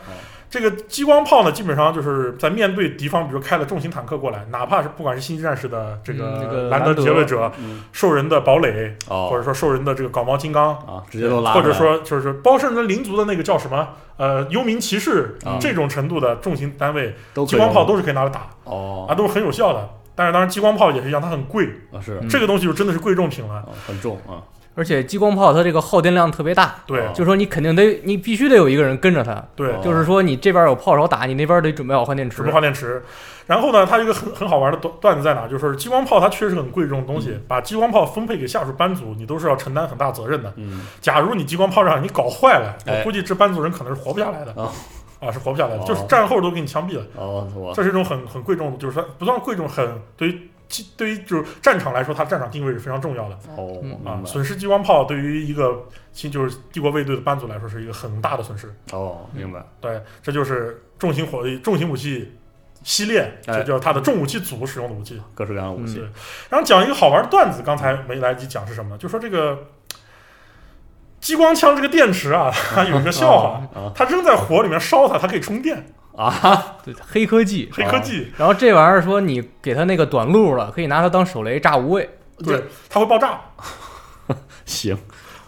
这个激光炮呢，基本上就是在面对敌方，比如开了重型坦克过来，哪怕是不管是星际战士的这嗯那个个兰兰德德劫掠者、嗯兽人的堡垒，哦，或者说兽人的这个搞毛金刚，啊，直接都拉，或者，说就是包甚至灵族的那个叫什么呃幽冥骑士、啊这种程度的重型单位，都可激以光炮用都是可以拿来打啊，哦，都是很有效的。但是当然，激光炮也是一样，它很贵，啊是，这个东西就真的是贵重品了。啊很重啊，而且激光炮它这个耗电量特别大，对哦就是说你肯定得你必须得有一个人跟着它，对哦，就是说你这边有炮手打，你那边得准备好换电池只不。过换电池。然后呢，它有一个很很好玩的段段子在哪，就是说激光炮它确实很贵重的东嗯西，把激光炮分配给下属班组，你都是要承担很大责任的。嗯，假如你激光炮让你搞坏了，哎我估计这班组人可能是活不下来的哦。啊，是活不下来的，哦就是战后都给你枪毙了。哦我这是一种很很贵重的，就是说不算贵重，很对于激对于就是战场来说，它战场定位是非常重要的哦嗯明啊。白损失激光炮对于一个新就是帝国卫队的班组来说是一个很大的损失。哦明白，对，这就是重型火力重型武器系列，哎这就是它的重武器组使用的武器。各式各样的武器嗯对，然后讲一个好玩的段子，刚才没来得及讲是什么呢？就说这个激光枪这个电 池啊，它有一个笑话。啊它扔在火里面烧它，它可以充电，啊，对黑科技。黑科技，然后这玩意儿说你给它那个短路了，可以拿它当手雷炸无畏。对，它会爆炸行，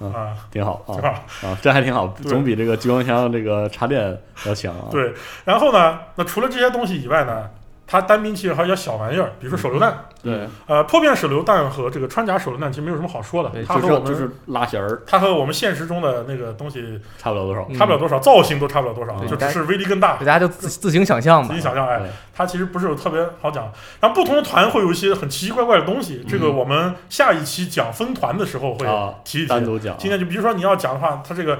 嗯啊，挺好是啊吧？啊，这还挺好，对总比这个激光枪这个插电要强啊，对，然后呢，那除了这些东西以外呢，它单兵其实还有点小玩意儿，比如说手榴弹，对，呃，破片手榴弹和这个穿甲手榴弹其实没有什么好说的，对它就和是我们就是拉弦儿，它和我们现实中的那个东西差不了多少，嗯差不了多少，造型都差不了多少，对就只是威力更大大。家就自自行想象啊自吧己。想象，哎对，它其实不是有特别好讲。然后不同的团会有一些很奇奇怪怪的东西，这个我们下一期讲分团的时候会啊提一提单。独讲啊，今天就比如说你要讲的话，它这个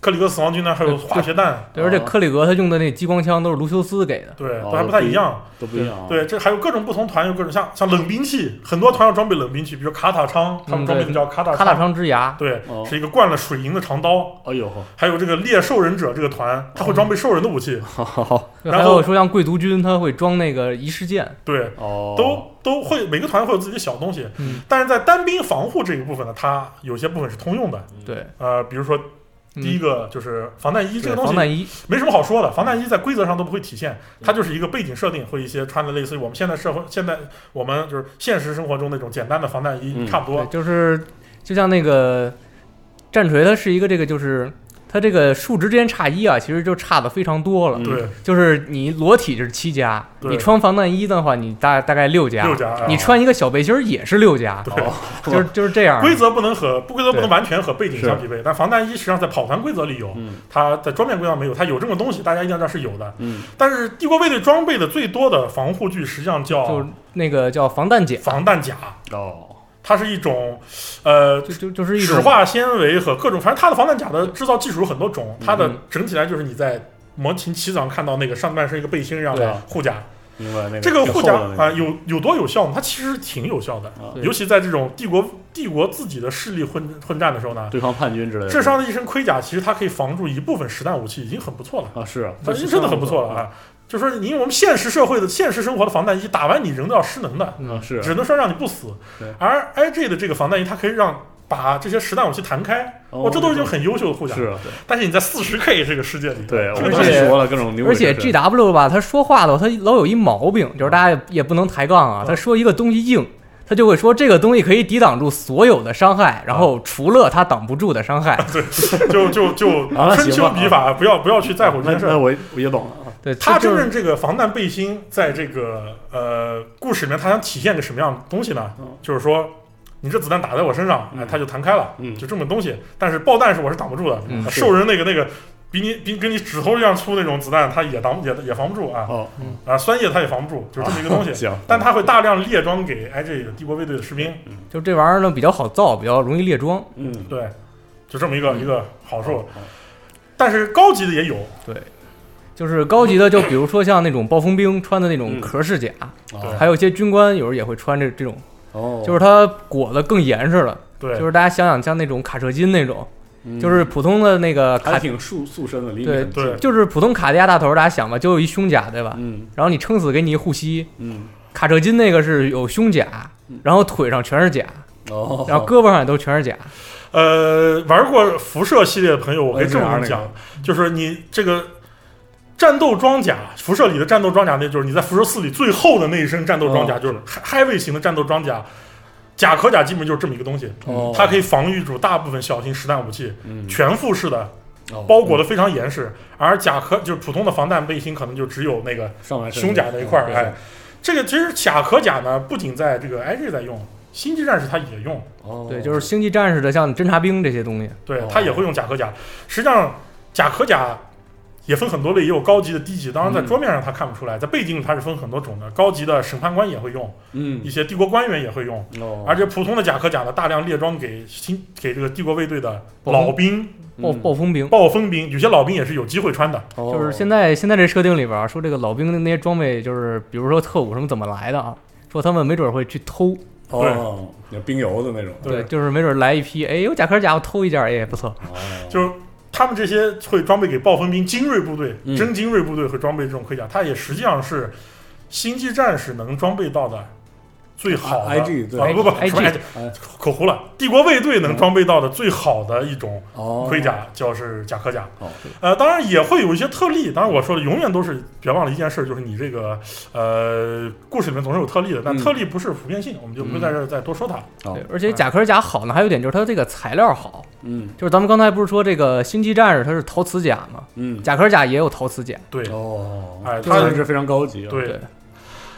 克里格死亡军呢还有对化学弹，对，而且克里格他用的那激光枪都是卢修斯给的，对，哦都还不太一样。都不一样啊。对，这还有各种不同团有各种像像冷兵器，很多团要装备冷兵器，比如卡塔昌，他们嗯装备对就叫卡塔卡塔昌之牙，对哦，是一个灌了水银的长刀，哎呦，还有这个猎兽人者这个团，他会装备兽人的武器，嗯好好好，对然还后有说像贵族军他会装那个仪式剑，对，哦，都都会每个团会有自己的小东西嗯，但是在单兵防护这一部分呢，它有些部分是通用的，对，呃，比如说第一个就是防弹衣这对个东防西，弹衣，没什么好说的，防弹衣在规则上都不会体现，它就是一个背景设定和一些穿的类似于我们现在社会、现在我们就是现实生活中那种简单的防弹衣、嗯差不对，多。就是就像那个战锤，它是一个这个就是它这个数值之间差一啊，其实就差的非常多了嗯，对，就是你裸体就是七加，对你穿防弹衣的话，你大大概六加，六加啊你穿一个小背心儿也是六加，对哦就是就是这样。 规则不能和不规则不能对完全和背景相匹配，但防弹衣实际上在跑团规则里有，嗯它在桌面规则上没有，它有这种东西，大家一定要知道是有的。嗯，但是帝国卫队装备的最多的防护具实际上就叫那个叫防弹甲，防弹甲，哦，它是一种，呃。就就就是一石种化纤维和各种，反正它的防弹甲的制造技术有很多种，它的整体来就是你在模型旗子上看到那个上半身一个背心一样的对护甲，明白那个这个护挺甲厚的那个啊，有有多有效呢？它其实挺有效的啊，对尤其在这种帝国帝国自己的势力混混战的时候呢，对抗叛军之类的，智商的一身盔甲其实它可以防住一部分实弹武器，已经很不错了，啊是啊，它已经真的很不错了啊！就说你我们现实社会的现实生活的防弹衣打完你仍要失能的，啊是只能说让你不死对。而 IG 的这个防弹衣，它可以让把这些实弹武器弹开，哦我这都已经很优秀的护甲。是啊，但是你在 40K 这个世界里，对，我这们个东刚西才说了各种牛鬼而蛇神，嗯且 G W 吧，他说话的话他老有一毛病，就是大家也不能抬杠啊。他说一个东西硬，他就会说这个东西可以抵挡住所有的伤害，嗯然后除了他挡不住的 伤害。就就就啊那春行秋吧笔法，不要不要去在乎这那件事那儿。我我也懂了啊，对，他就真是正这个防弹背心在这个呃故事里面，他想体现个什么样的东西呢嗯？就是说，你这子弹打在我身上，哎，嗯它就弹开了，嗯就这么东西。但是爆弹是我是挡不住的，呃嗯兽人那个那个比你比跟你指头一样粗那种子弹，它也挡也也防不住啊哦，嗯啊啊，酸液它也防不住，就这么一个东西。行，但它会大量列装给 IG 的帝国卫队的士兵，就这玩意儿呢比较好造，比较容易列装。嗯对，就这么一个一个好处。好但是高级的也有，就是高级的，就比如说像那种暴风兵穿的那种壳式甲，嗯对还有一些军官有时候也会穿这这种，哦，就是它裹得更严实了。对，就是大家想想，像那种卡车金那种，嗯就是普通的那个还卡，挺塑塑身的，离你对啊很近对就是普通卡地亚大头，大家想吧，就有一胸甲对吧？嗯然后你撑死给你一护膝，嗯卡车金那个是有胸甲嗯，然后腿上全是甲，哦，然后胳膊上也都全是甲，呃，玩过辐射系列的朋友，我可以这么跟你我也讲，就是你这个战斗装甲，辐射里的战斗装甲，那就是你在辐射四里最厚的那一身战斗装甲，哦就是 h 位型的战斗装甲。甲壳甲基本就是这么一个东西，哦它可以防御住大部分小型实弹武器，嗯全覆式的，哦包裹的非常严实。而甲壳就是普通的防弹背心，可能就只有那个上半身胸甲那一块儿。对哎，这个其实甲壳甲呢，不仅在这个 IG 在用，星际战士它也用。哦，对，就是星际战士的像侦察兵这些东西，对哦，他也会用甲壳甲。实际上，甲壳甲也分很多类，也有高级的、低级。当然，在嗯桌面上它看不出来，在背景里它是分很多种的。高级的审判官也会用，嗯一些帝国官员也会用，哦，而且普通的甲壳甲呢，大量列装给新给这个帝国卫队的老兵、暴嗯暴风兵。暴风兵，有些老兵也是有机会穿的。哦就是现在现在这设定里边儿说，这个老兵的那些装备，就是比如说特务什么怎么来的啊？说他们没准儿会去偷，哦，有冰油的那种，对就是没准儿来一批，哎，有甲壳甲，我偷一件儿，哎，也不 错。哦就是他们这些会装备给暴风兵精锐部队嗯，真精锐部队会装备这种盔甲，它也实际上是星际战士能装备到的最好的。啊，IG 对啊不不 IG 什么 IG 哎口胡了，帝国卫队能装备到的最好的一种哦盔甲就是甲壳甲。哦呃，当然也会有一些特例，当然我说的永远都是别忘了一件事，就是你这个呃故事里面总是有特例的，但嗯特例不是普遍性，我们就不在这儿再多说它。哦对，而且甲壳甲好呢，还有一点就是它这个材料好，嗯就是咱们刚才不是说这个星际战士它是陶瓷甲嘛，嗯甲壳甲也有陶瓷甲，对，哦，哎它它是非常高级啊，对对。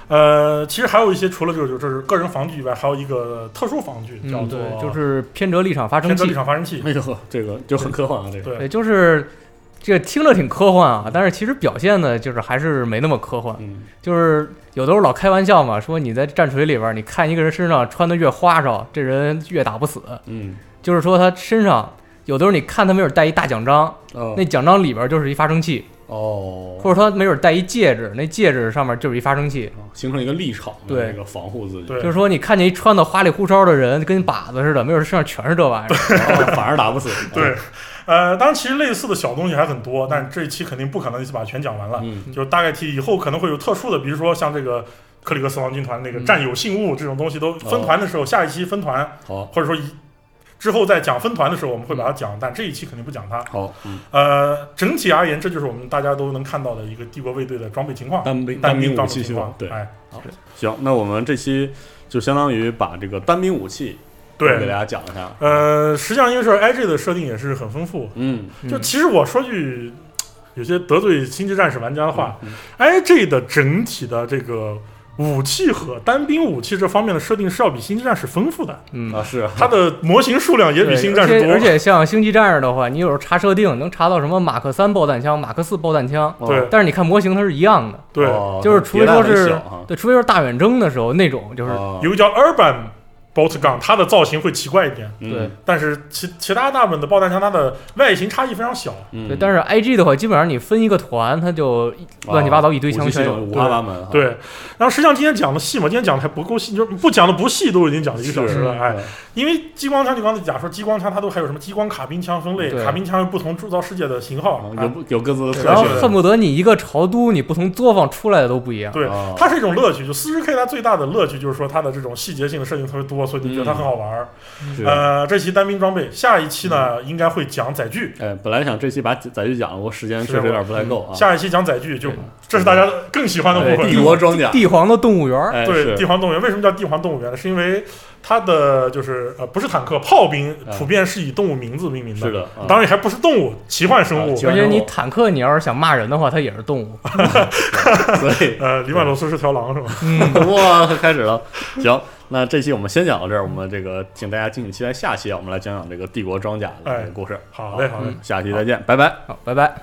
呃，其实还有一些，除了这个就就是个人防具以外，还有一个特殊防具叫嗯，做对，就是偏折立场发生天择立器，场发生器。哎呦，这个就很科幻啊，这个对对，就是这个听着挺科幻啊，但是其实表现的就是还是没那么科幻，嗯就是有的时候老开玩笑嘛，说你在战锤里边儿，你看一个人身上穿的越花哨，这人越打不死，嗯就是说他身上有的时候你看他没准带一大奖章，嗯哦那奖章里边就是一发生器，哦，或者他没准带一戒指，那戒指上面就是一发生器。形成一个立场，对那个防护自己，对就是说，你看见一穿的花里胡哨的人，跟靶子似的，没准身上全是这 玩意儿。哦反而打不死，对，呃，当然其实类似的小东西还很多，但是这一期肯定不可能一次把全讲完了，嗯就是大概提以后可能会有特殊的，比如说像这个克里格斯王军团那嗯个战友信物这种东西，都分团的哦时候，下一期分团好，或者说一之后再讲分团的时候，我们会嗯把它讲，但这一期肯定不讲它。好，嗯，呃，整体而言，这就是我们大家都能看到的一个帝国卫队的装备情况，单兵单兵武装器备系情统况，，对，哎，行，那我们这期就相当于把这个单兵武器给大对，家讲一下，呃，实际上因为是 IG 的设定也是很丰富，嗯，就嗯其实我说句有些得罪星际战士玩家的话、嗯 i g 的整体的这个武器和单兵武器这方面的设定是要比星际战士丰富的，嗯，啊是啊，它的模型数量也比对星际战士而且多。而且像星际战士的话，你有时候查设定能查到什么马克三爆弹枪、马克四爆弹枪，对但是你看模型它是一样的。对，哦就是除非说别的是很小啊哈对，除非说大远征的时候那种，就是哦有个叫 Urban Bolt Gun，它的造型会奇怪一点，对嗯但是其其他大部分的爆弹枪它的外形差异非常小。嗯，对，但是 IG 的话，基本上你分一个团，它就一哦乱七八糟一堆武枪器系全统有。五花八门哈，对，然后实际上今天讲的细嘛，今天讲的还不够细，就是不讲的不细都已经讲了一个小时了，哎，，嗯因为激光枪，你刚才讲说激光枪，它都还有什么激光卡宾枪分类，对卡宾枪有不同铸造世界的型号，啊啊有有各自的特然后性，恨不得你一个朝都，你不从作坊出来的都不一样。对哦，它是一种乐趣。就四十 K 它最大的乐趣就是说它的这种细节性的设定特别多，所以你觉得它很好玩儿。是呃，这期单兵装备，下一期嗯呢应该会讲载具，哎，本来想这期把载具讲了，不过时间确实有点不太够啊。下一期讲载具，就这是大家更喜欢的部帝分。国装甲，帝皇的动物园儿，哎对，帝是，皇动物园为什么叫帝皇动物园呢？是因为它的就是呃不是坦克，炮兵哎普遍是以动物名字命名的，是的啊当然也还不是动物，奇幻生啊物奇。而幻且生你物坦克你要是想骂人的话，它也是动物。啊所 以呃，里曼罗斯是条狼是吧？ 哇，开始了。行，那这期我们先讲到这儿，我们这个请大家敬请期待下期啊，我们来讲讲这个帝国装甲的哎故事。嗯好嘞，好嘞。下期再见，拜拜。好，拜拜。